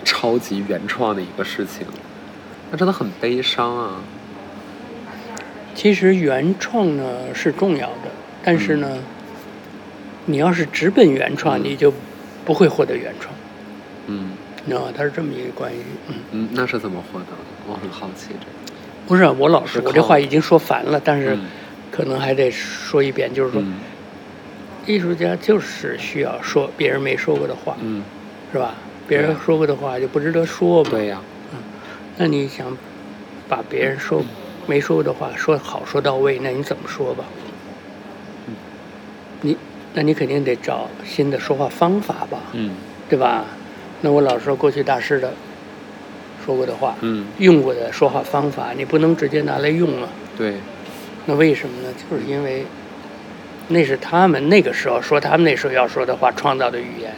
超级原创的一个事情，那真的很悲伤啊。
其实原创呢是重要的，但是呢，你要是直奔原创，你就不会获得原创，
嗯
你知道吗？它是这么一个关系。嗯，
嗯，那是怎么获得的？我很好奇这
不是啊我老
是
说，我这
靠
话已经说烦了，但是
嗯
可能还得说一遍，就是
个。
说。艺术家就是需要说别人没说过的话，
嗯，
是吧？别人说过的话就不值得说嘛。嗯
对呀、
那你想把别人说没说过的话说好说到位，那你怎么说吧？
嗯
你那你肯定得找新的说话方法吧，
嗯
对吧？那我老说过去大师的说过的话，
嗯，
用过的说话方法，你不能直接拿来用啊。
对，
那为什么呢？就是因为那是他们那个时候说他们那时候要说的话创造的语言。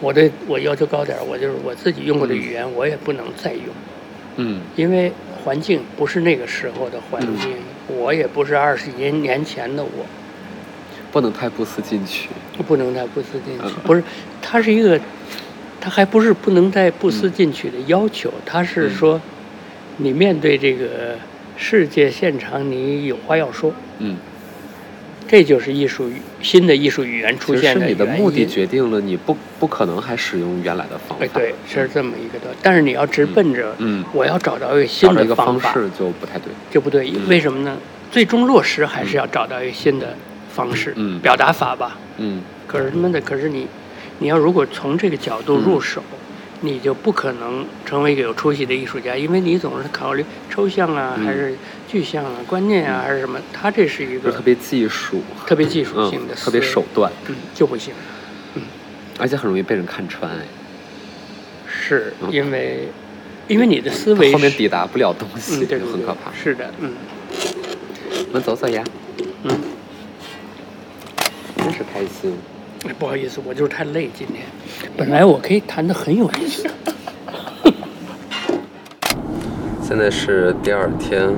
我对我要求高点儿，我就是我自己用过的语言，我也不能再用，
嗯
因为环境不是那个时候的环
嗯
境，我也不是二十一年前的我，
不能太不思进取。
不能再不思进取
嗯。
不是，它是一个，它还不是不能再不思
嗯
进取的要求，它是说，你面对这个世界现场，你有话要说。
嗯，
这就是艺术语新的艺术语言出
其实
现
是
的
你的
原
目的
因
决定了你不不可能还使用原来的方法
哎，。对，是这么一个的。但是你要直奔着，
嗯
我要找到一个新
找到一
的
个方
法，
式嗯就不太对。
就不对。为什么呢？最终落实还是要找到一个新的方式，
嗯
表达法吧。
嗯
可是那的，可是你，你要如果从这个角度入手，
嗯
你就不可能成为一个有出息的艺术家，因为你总是考虑抽象啊，
嗯
还是具象啊、观念啊，还是什么。它这是一
就
个
特别技术，
特别技术
嗯
性的，思
特别
维
手，段，
嗯，就不行。
而且很容易被人看穿。哎，
是因为，因为你的思维
嗯后面
是
抵达不了东西，
嗯，对对
就
对，
很可怕。
是的，嗯，
我们走走呀。
嗯，
真是开心。
哎不好意思，我就是太累今天。本来我可以谈的很有意思，
现在是第二天，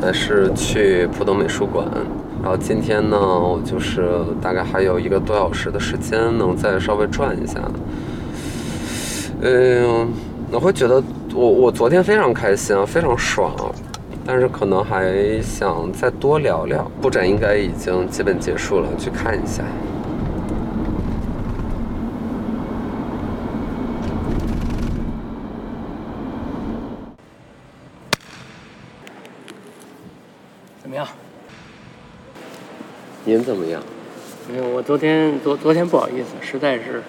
还是去浦东美术馆。然后今天呢，我就是大概还有一个多小时的时间，能再稍微转一下。嗯，我会觉得我我昨天非常开心啊，非常爽，但是可能还想再多聊聊。布展应该已经基本结束了，去看一下。
怎么样？
您怎么样？
没有，我昨天昨昨天不好意思，实在是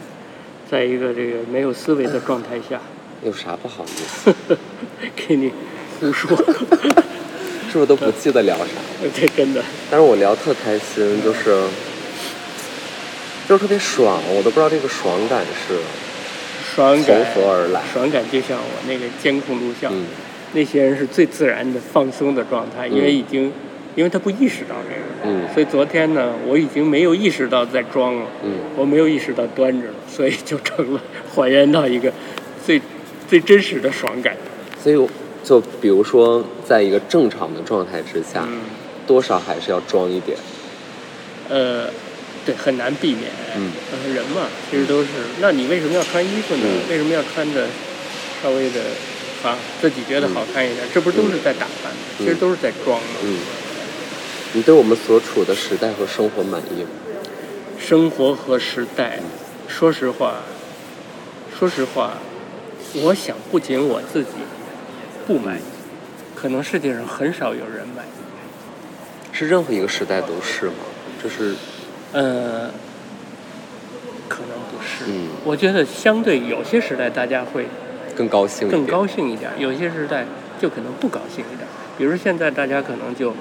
在一个这个没有思维的状态下，
有啥不好意思？
给你胡说，
是不是都不记得聊啥？
这真的。
但是我聊特开心，就是就是特别爽，我都不知道这个爽感是
爽感
从何而来
爽感就像我那个监控录像，
嗯
那些人是最自然的放松的状态，因为
嗯
已经，因为他不意识到这个，
嗯
所以昨天呢，我已经没有意识到在装了，
嗯
我没有意识到端着了， 所以就成了还原到一个最最真实的爽感。
所以我就比如说，在一个正常的状态之下，
嗯，
多少还是要装一点。
呃，对，很难避免。
嗯
呃，人嘛，其实都是。那你为什么要穿衣服呢？
嗯
为什么要穿的稍微的啊，自己觉得好看一点？这不是都是在打扮吗？
嗯
其实都是在装嘛。
嗯，你对我们所处的时代和生活满意吗？
生活和时代，说实话，说实话，我想不仅我自己不满意，可能世界上很少有人满意。
是任何一个时代都是吗？这是
呃，可能不是。
嗯
我觉得相对有些时代，大家会
更高兴一点。
更高兴一点，有些时代就可能不高兴一点。比如现在大家可能就，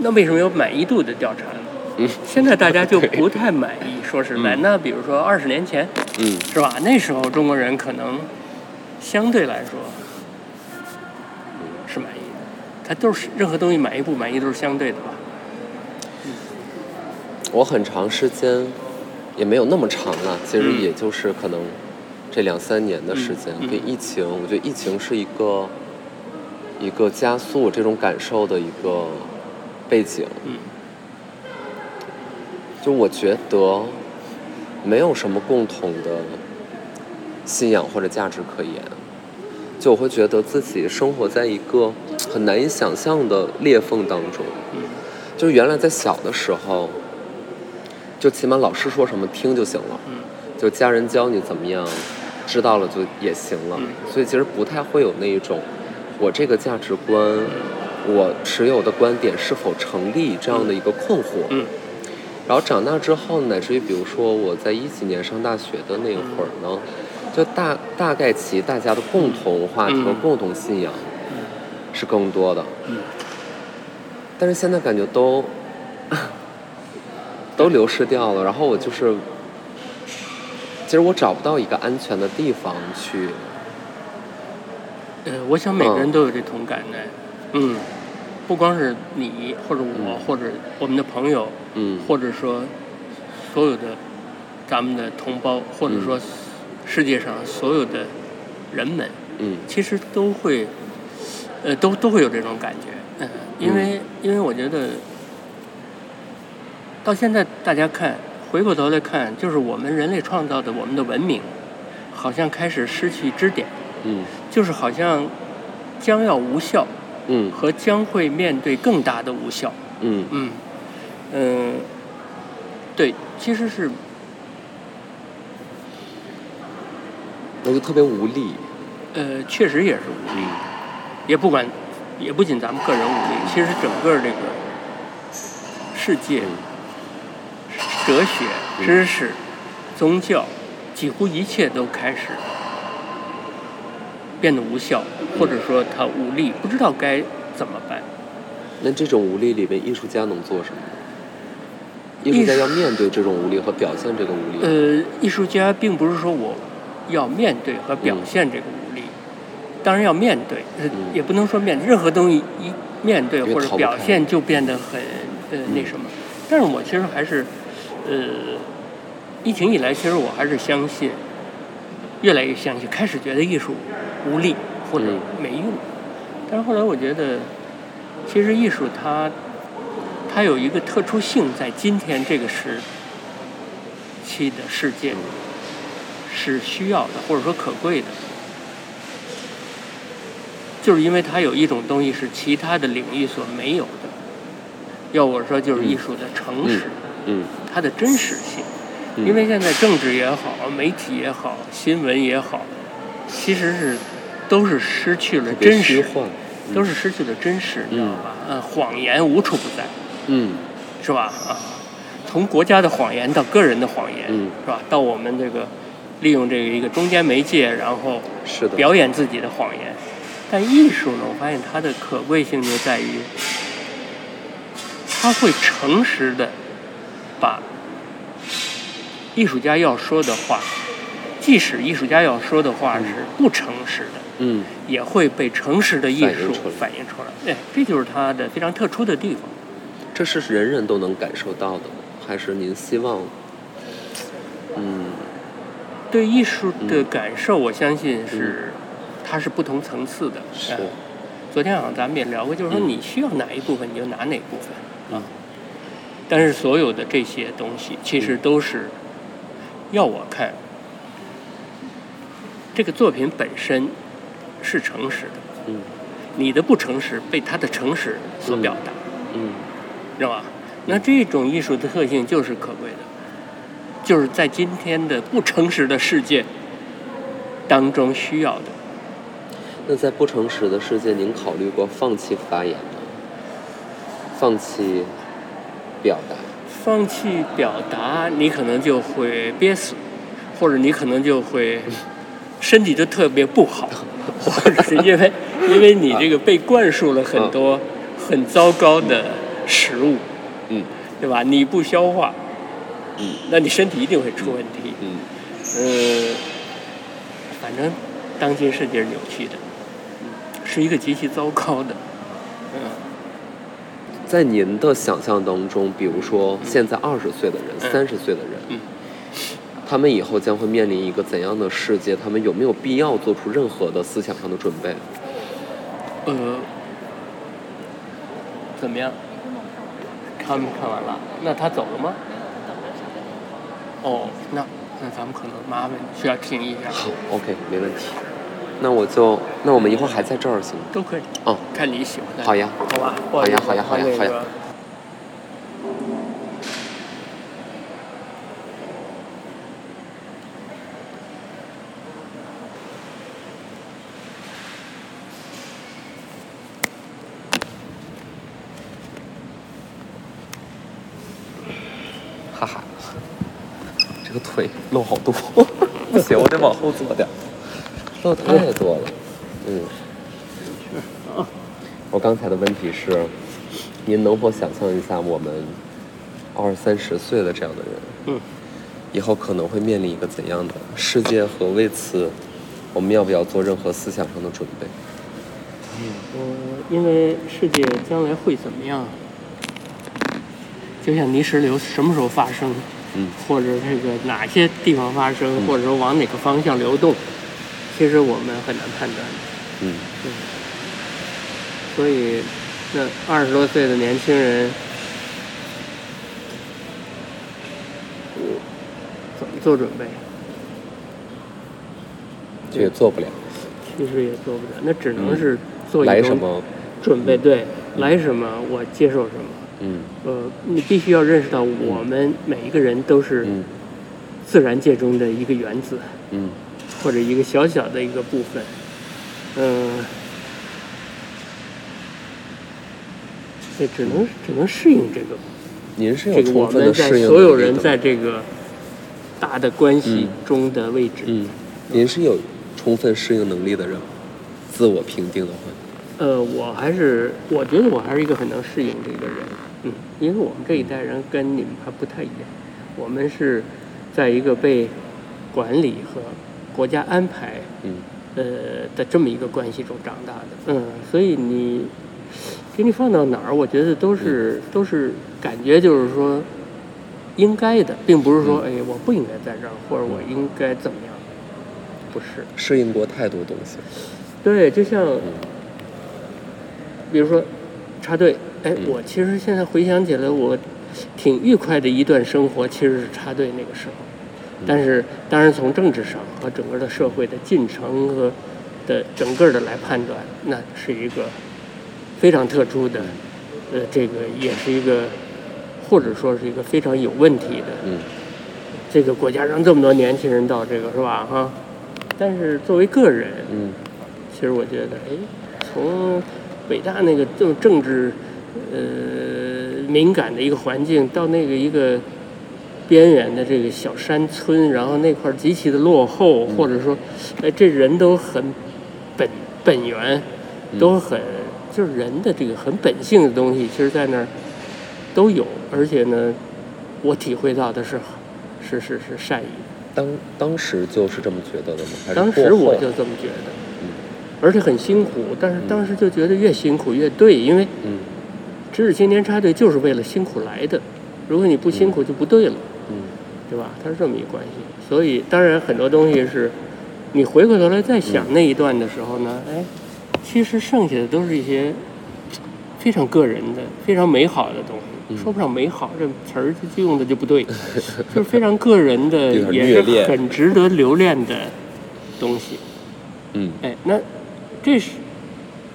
那为什么有满意度的调查呢？
嗯
现在大家就不太满意，说实在，
嗯
那比如说二十年前
嗯
是吧？那时候中国人可能相对来说是满意的，他都是任何东西满意不满意都是相对的吧？
我很长时间也没有那么长了，其实
嗯
也就是可能这两三年的时间，
嗯嗯
跟疫情，我觉得疫情是一个一个加速我这种感受的一个背景。
嗯
就我觉得没有什么共同的信仰或者价值可言，就我会觉得自己生活在一个很难以想象的裂缝当中。就是原来在小的时候，就起码老师说什么听就行了，
嗯
就家人教你怎么样，知道了就也行了。
嗯
所以其实不太会有那一种我这个价值观。我持有的观点是否成立这样的一个困惑，
嗯
然后长大之后，乃至于比如说我在一几年上大学的那会儿
嗯
呢，就大大概其大家的共同话题和
嗯
共同信仰是更多的，
嗯
但是现在感觉都都流失掉了。然后我就是，其实我找不到一个安全的地方去，
呃，我想每
嗯
个人都有这同感的，嗯，不光是你或者我、或者我们的朋友，
嗯
或者说所有的咱们的同胞，或者说世界上所有的人们，
嗯
其实都会，呃，都都会有这种感觉，嗯，因为、因为我觉得到现在大家看回过头来看，就是我们人类创造的我们的文明，好像开始失去支点，
嗯
就是好像将要无效
嗯
和将会面对更大的无效，
嗯
嗯，嗯，对，其实是
我就特别无力，
呃，确实也是无力，也不管，也不仅咱们个人无力，其实整个这个世界、哲学、知识、宗教，几乎一切都开始变得无效，或者说它无力，不知道该怎么办。
那这种无力里面，艺术家能做什么呢？艺
艺
术家
术
要面对这种无力和表现这个无力。
呃，艺术家并不是说我要面对和表现这个无力，当然要面对，呃
嗯
也不能说面任何东西一面对
因为
或者
逃不
表
开
现就变得很呃那
嗯
什么。但是我其实还是，呃，疫情以来，其实我还是相信，越来越相信，开始觉得艺术无力，或
嗯
者没用。但是后来我觉得，其实艺术它它有一个特殊性，在今天这个时期的世
嗯
界是需要的，或者说可贵的，就是因为它有一种东西是其他的领域所没有的。要我说，就是艺术的诚实，
嗯
它的真实性。
嗯
因为现在政治也好，媒体也好，新闻也好，其实是都是失去了真
虚
实，
幻，
都是失去了真实，你知道吧？呃，谎言无处不在，
嗯
是吧？啊，从国家的谎言到个人的谎言，
嗯
是吧？到我们这个利用这个一个中间媒介，然后
是的，
表演自己的谎言。但艺术呢，我发现它的可贵性就在于，它会诚实的把艺术家要说的话，即使艺术家要说的话是不诚实的，
嗯
也会被诚实的艺
反映
术
出来
反映出来。对，这就是它的非常特殊的地方。
这是人人都能感受到的吗，还是您希望？嗯
对艺术的
嗯
感受，我相信是、它是不同层次的。
是
呃昨天好像咱们也聊过，就是说
嗯
你需要哪一部分你就拿哪部分。啊
嗯
但是所有的这些东西，其
嗯
实都是要我看这个作品本身是诚实的，
嗯
你的不诚实被他的诚实所表达，
嗯
知道吧？那这种艺术的特性就是可贵的，就是在今天的不诚实的世界当中需要的。
那在不诚实的世界，您考虑过放弃发言吗？放弃表达？
放弃表达，你可能就会憋死，或者你可能就会身体就特别 不好，或者是因为因为你这个被灌输了很多很糟糕的食物，
嗯，
对吧？你不消化，嗯，那你身体一定会出问题。
嗯
呃，反正当今世界是扭曲的，嗯是一个极其糟糕的，
在您的想象当中，比如说现在二十岁的人、
嗯
三十岁的人，
嗯
他们以后将会面临一个怎样的世界？他们有没有必要做出任何的思想上的准备？
呃，怎么样？他们看完了，那他走了吗？哦，那那咱们可能麻烦你需要听一下，
好，OK，没问题。那我就，那我们一会儿还在这儿行吗？
都可以，
哦，
看你喜欢的。
好呀，
好吧，
好呀好呀好呀好呀
呀。
哈哈，这个腿露好多，不行，我得往后坐点儿，露太多了。嗯，我刚才的问题是，您能否想象一下我们二三十岁的这样的人，
嗯，
以后可能会面临一个怎样的世界和为此，我们要不要做任何思想上的准备？
呃，因为世界将来会怎么样？就像泥石流什么时候发生，
嗯，
或者这个哪些地方发生，或者说往哪个方向流动，其实我们很难判断。
嗯
所以，那二十多岁的年轻人，我怎么做准备？
这也做不了，
其实也做不了，那只能是做
嗯来
一
什
种
么？
准备，对，来什么我接受什么。
嗯
呃，你必须要认识到，我们每一个人都是
嗯
自然界中的一个原子，
嗯
或者一个小小的一个部分。嗯、也只能只能适应这个
您嗯是有
这个我
充分的
们在
适应
所有
能力
人
的
在这个大的关系
嗯
中的位置。
嗯，您是有充分适应能力的人吗，自我评定的话，
呃，我还是我觉得我还是一个很能适应的一个人，嗯，因为我们这一代人跟你们还不太一样，我们是在一个被管理和国家安排
嗯
呃的这么一个关系中长大的，嗯，所以你给你放到哪儿，我觉得都是、都是感觉就是说应该的，并不是说、哎我不应该在这儿，或者我应该怎么样，不是，
适应过太多东西。
对，就像，
嗯
比如说插队，哎，
嗯
我其实现在回想起来，我挺愉快的一段生活其实是插队那个时候，
嗯
但是当然从政治上和整个的社会的进程和的整个的来判断，那是一个非常特殊
嗯
的，呃，这个也是一个或者说是一个非常有问题的，
嗯，
这个国家让这么多年轻人到这个是吧？哈，但是作为个人，
嗯，
其实我觉得，哎，从北大那个政政治呃敏感的一个环境，到那个一个边缘的这个小山村，然后那块儿极其的落后，或者说，哎，这人都很本本源，都很、就是人的这个很本性的东西，其实在那儿都有，而且呢，我体会到的是是是是善意。
当当时就是这么觉得的吗？还是
当
过嗯
时
后
我就这么觉得，而且很辛苦，但是当时就觉得越辛苦越对，因为
嗯
直至青年插队就是为了辛苦来的，如果你不辛苦就不对了，
嗯
对吧？它是这么一个关系。所以当然很多东西是，你回过头来再想
嗯
那一段的时候呢，哎，其实剩下的都是一些非常个人的、非常美好的东西。
嗯
说不上美好这词儿就用的就不对， 就是非常个人的，
有
也
点虐
是
恋
很值得留恋的东西。
嗯，
哎，那这是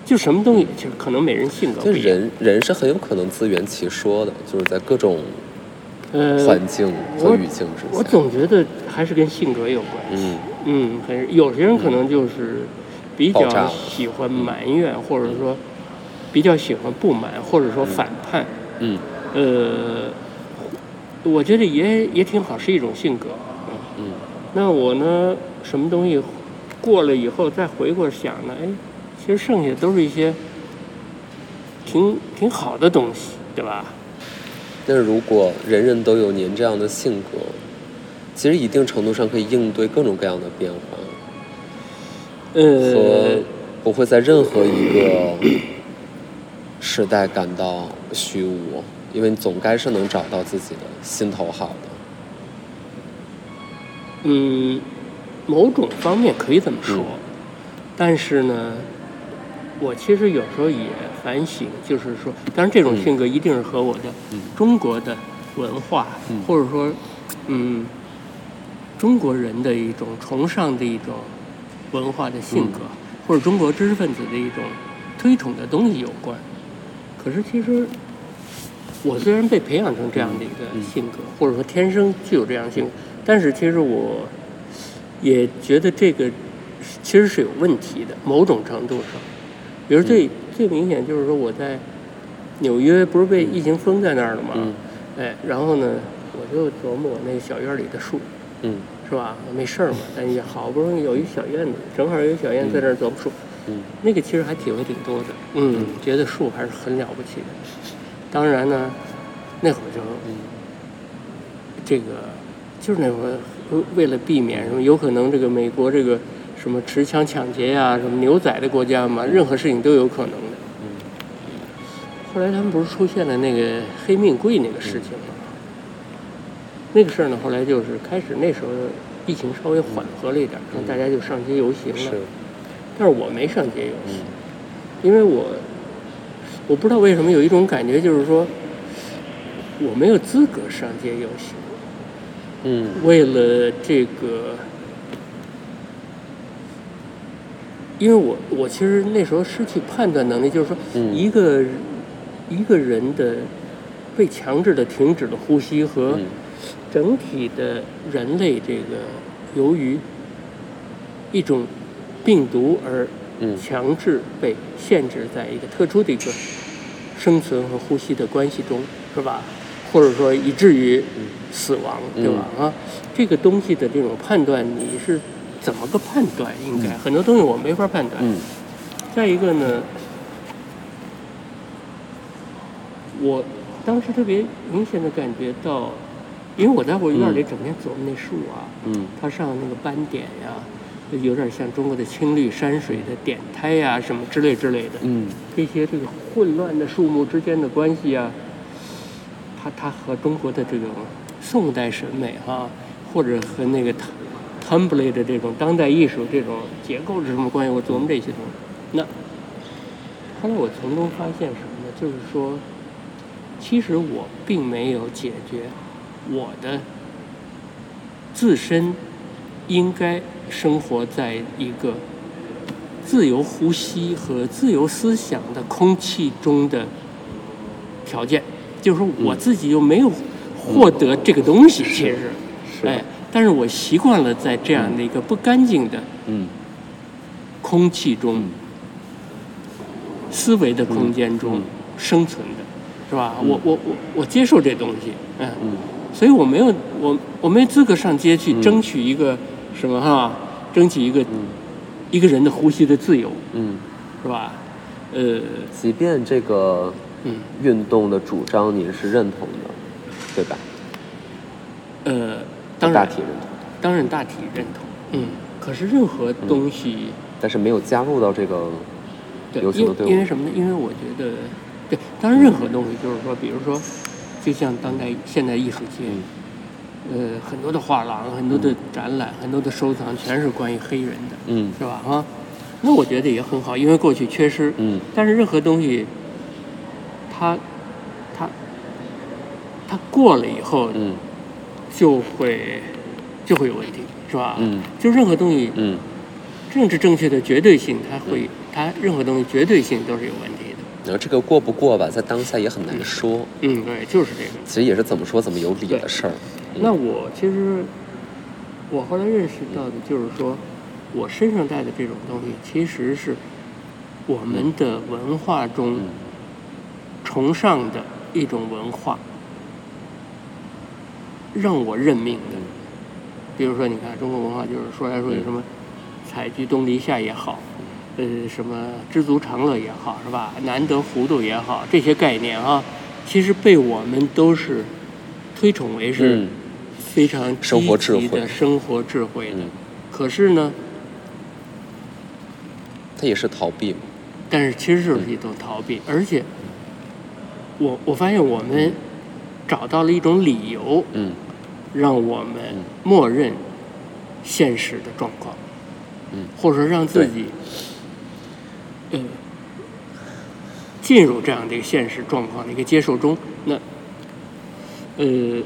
就什么东西？就是可能每人性格
就
不一样。
人人是很有可能自圆其说的，就是在各种
呃
环，境
我
和语境之下。
我总觉得还是跟性格有关系。
嗯
嗯，还是有些人可能就是比
爆炸
较
了
喜欢埋怨，或者说比较喜欢不满，或者说反叛。
嗯
呃，我觉得也也挺好，是一种性格。
嗯。
那我呢，什么东西过了以后再回过想呢？哎，其实剩下都是一些挺挺好的东西，对吧？
那如果人人都有您这样的性格，其实一定程度上可以应对各种各样的变化，
呃
和，不会在任何一个 时代感到虚无，因为你总该是能找到自己的心头好的。
嗯，某种方面可以这么说，
嗯
但是呢，我其实有时候也反省，就是说，当然这种性格一定是和我的中国的文化，或者说，嗯，中国人的一种崇尚的一种文化的性格，或者中国知识分子的一种推崇的东西有关。可是其实我虽然被培养成这样的一
嗯
个性格，或者说天生具有这样的性格，但是其实我也觉得这个其实是有问题的，某种程度上，比如
嗯
最、最明显就是说我在纽约不是被疫情封在那儿了吗？
嗯
哎，然后呢，我就琢磨我那个小院里的树，
嗯
是吧？没事儿嘛，但也好不容易有一小院子，正好有一小院子在那儿琢磨树，
嗯，
那个其实还体会挺多的，嗯，觉得树还是很了不起的。当然呢，那会儿就，这个就是那会儿呃为了避免什么，有可能这个美国这个什么持枪抢劫呀、什么牛仔的国家嘛，任何事情都有可能的。后来他们不是出现了那个黑命贵那个事情吗？那个事儿呢，后来就是开始那时候疫情稍微缓和了一点儿，然后大家就上街游行了。
是，
但是我没上街游戏，因为我我不知道为什么有一种感觉，就是说我没有资格上街游戏。
嗯
为了这个，因为我我其实那时候失去判断能力，就是说
嗯
一个、一个人的被强制的停止了呼吸和
嗯
整体的人类这个由于一种病毒而
嗯
强制被限制在一个特殊的一个生存和呼吸的关系中，是吧？或者说以至于死亡，对吧？啊，这个东西的这种判断，你是怎么个判断？应该、很多东西我没法判断。
嗯
再一个呢，我当时特别明显的感觉到，因为我在我院里整天琢磨那树啊，
嗯
它上那个斑点呀、就有点像中国的青绿山水的点苔呀、什么之类之类的。
嗯
这些这个混乱的树木之间的关系啊，它它和中国的这种宋代审美哈、或者和那个唐 contemplate 的这种当代艺术这种结构是什么关系，我琢磨这些东西。那后来我从中发现什么呢？就是说，其实我并没有解决我的自身应该生活在一个自由呼吸和自由思想的空气中的条件，就是说我
嗯
自己又没有获得这个东西，其实，
嗯是
哎，但是我习惯了在这样的一个不干净的
嗯
空气中、思维的空间
嗯
中生存的，是吧？我我我我接受这东西，嗯，所以我没有我我没资格上街
嗯
去争取一个什么哈，争取一个、一个人的呼吸的自由，
嗯，
是吧？呃，
即便这个
嗯
运动的主张您是认同的，对吧？
呃，当
大
然
体认同，
当然大体认同，嗯，可是任何东西。
但是没有加入到这个
对，
流行
因
的
为
队伍
因为什么呢？因为我觉得，对，当然任何东西就是说，比如说，就像当代现代艺术界，
嗯
呃，很多的画廊、很多的展览、很多的收藏，全是关于黑人的，
嗯
是吧？啊，那我觉得也很好，因为过去缺失，
嗯
但是任何东西，它，它，它过了以后
嗯
就会、就会有问题，是吧？
嗯，
就任何东西，
嗯
政治正确的绝对性，它会，它任何东西绝对性都是有问题的。
然后这个过不过吧，在当下也很难说，
嗯，对，就是这个。
其实也是怎么说怎么有理的事儿。嗯
那我其实我后来认识到的就是说，我身上带的这种东西，其实是我们的文化中崇尚的一种文化，让我认命的。比如说，你看中国文化，就是说来说去什么“采菊东篱下”也好，呃，什么“知足常乐”也好，是吧？“难得糊涂”也好，这些概念啊，其实被我们都是推崇为是。
嗯
非常积
生活智
极
慧
的生活智慧的。
嗯
可是呢，
它也是逃避嘛，
但是其实就是一种逃
嗯
避，而且我我发现我们找到了一种理由，
嗯
让我们默认现实的状况，
嗯，
或者说让自己，嗯，进入这样的一个现实状况的一个接受中。那，呃，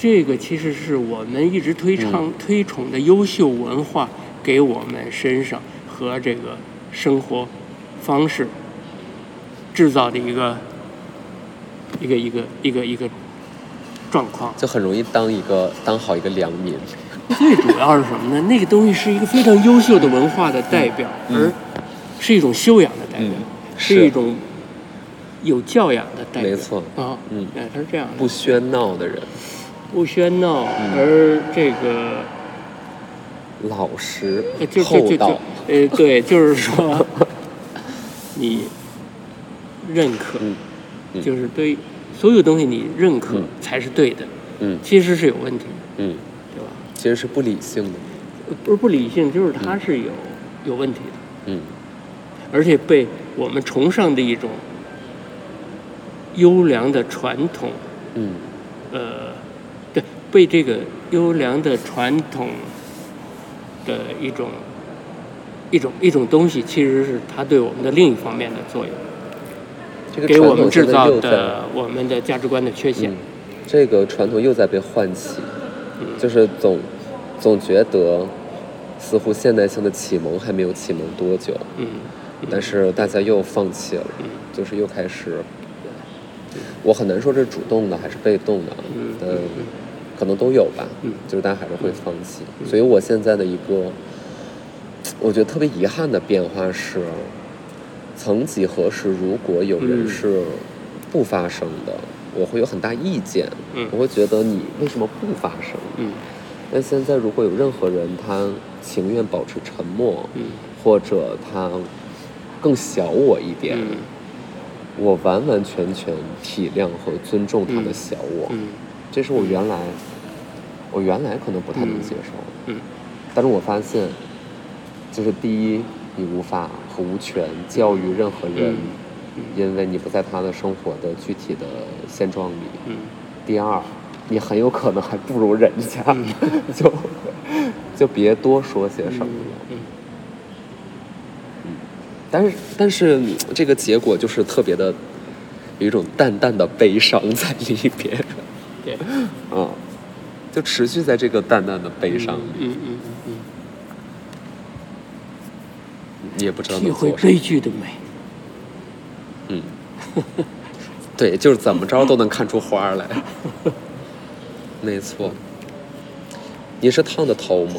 这个其实是我们一直推倡、推崇的优秀文化给我们身上和这个生活方式制造的一个一个一个一个一个状况。
就很容易当一个当好一个良民。
最主要是什么呢？那个东西是一个非常优秀的文化的代表，而是一种修养的代表，
嗯
是一种有教养的代表。
没错
啊，
嗯
哎，它是这样的，
不嗯喧闹的人，
不喧闹，而这个
老实
呃就就
厚
就就
道，
呃，对，就是说你认可，
嗯嗯
就是对所有东西你认可才是对的，
嗯
其实是有问题的，
嗯，
对吧？
其实是不理性的，
不是不理性，就是它是有、有问题的。
嗯
而且被我们崇尚的一种优良的传统，
嗯
呃，对，被这个优良的传统的一种一种一种东西，其实是它对我们的另一方面的作用，
这个
给
传
我们
统
制
现在
造
又在
的我们的价值观的缺陷
嗯。，这个传统又在被唤起，就是总总觉得似乎现代性的启蒙还没有启蒙多久，
嗯，
但是大家又放弃了，就是又开始。我很难说这是主动的还是被动的，
嗯
但可能都有吧。就是大家还是会放弃，
嗯
所以我现在的一个，我觉得特别遗憾的变化是，曾几何时，如果有人
嗯
是不发声的，我会有很大意见，
嗯
我会觉得你为什么不发声？
嗯
但现在如果有任何人他情愿保持沉默，
嗯
或者他更小我一点，
嗯
我完完全全体谅和尊重他的小我，
嗯
这是我原来我原来可能不太能接受的，
嗯嗯
但是我发现，就是第一，你无法和无权教育任何
嗯
人，因为你不在他的生活的具体的现状里；
嗯
第二，你很有可能还不如人家，就就别多说些什么了。嗯
嗯
但是，但是嗯这个结果就是特别的，有一种淡淡的悲伤在里边，
对，
嗯，就持续在这个淡淡的悲伤
嗯
里，
嗯嗯嗯
你也不知道
嗯，体
能
会
做什么。
悲剧的美。
嗯，对，就是怎么着都能看出花儿来。没错，你是烫的头吗？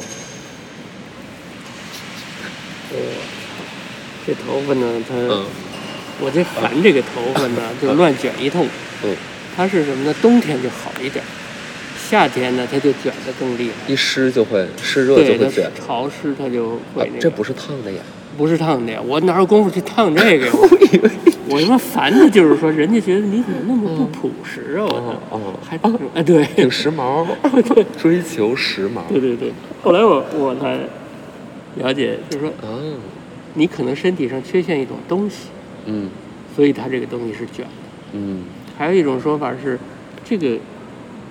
这头发呢，它、
嗯
我这烦这个头发呢，就乱卷一通。
嗯，
它是什么呢？冬天就好一点，夏天呢，它就卷得更厉害。
一湿就会湿热就
对，
会
它
卷。
是潮湿，它就
啊
会那个。
这不是烫的呀，
不是烫的呀，我哪有功夫去烫这 个呀？我他妈烦的就是说，人家觉得你怎么那么不朴实啊！我操，
哦
还哎对，
挺时髦，追求时髦
对对对。后来我我才了解，就是说
啊，
你可能身体上缺陷一种东西，
嗯
所以它这个东西是卷的。
嗯
还有一种说法是，这个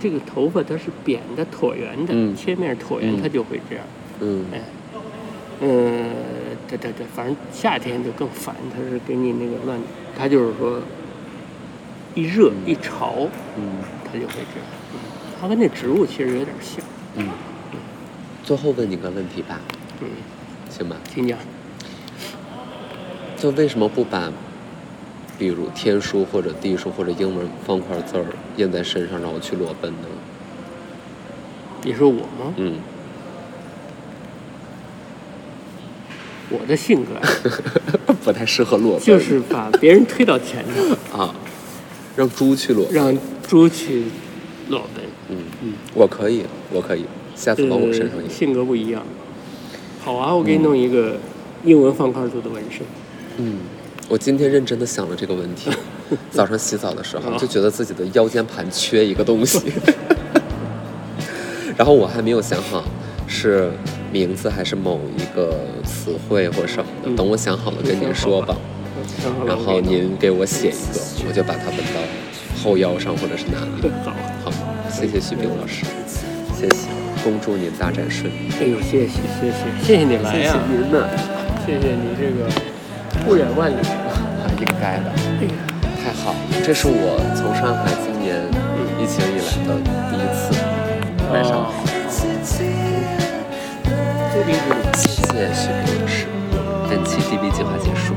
这个头发它是扁的、椭圆的，
嗯
切面椭圆，
嗯
它就会这样。
嗯
哎嗯，对对对，反正夏天就更烦，它是给你那个乱，它就是说一热一潮，
嗯
它就会这样。嗯，它跟那植物其实有点像。
嗯。最后问你个问题吧，
嗯，
行吧？
听讲，
就为什么不把，比如天书或者地书或者英文方块字儿印在身上，然后去裸奔呢？
你说我吗？
嗯，
我的性格啊
不太适合裸奔，
就是把别人推到前头，
啊，让猪去裸奔。
让猪去裸奔。
嗯
嗯，
我可以，我可以，下次往我身上
呃
印。
性格不一样。好啊，我给你弄一个英文方块做的纹身。
嗯，我今天认真的想了这个问题，早上洗澡的时候就觉得自己的腰间盘缺一个东西，然后我还没有想好是名字还是某一个词汇或什么的，
嗯
等我想好了跟您说嗯吧。然后您给我写一个，我就把它纹到后腰上或者是哪里。
好，
好，谢谢徐冰老师，谢谢，恭祝您大展顺利。
哎呦，谢谢谢谢谢谢你来啊呀、
您呢，
谢谢你这个不远万里。
啊，应该的。太好，这是我从上海今年疫情以来的第一次来上海。
这里是
谢谢徐冰老师，本期 DB 计划结束。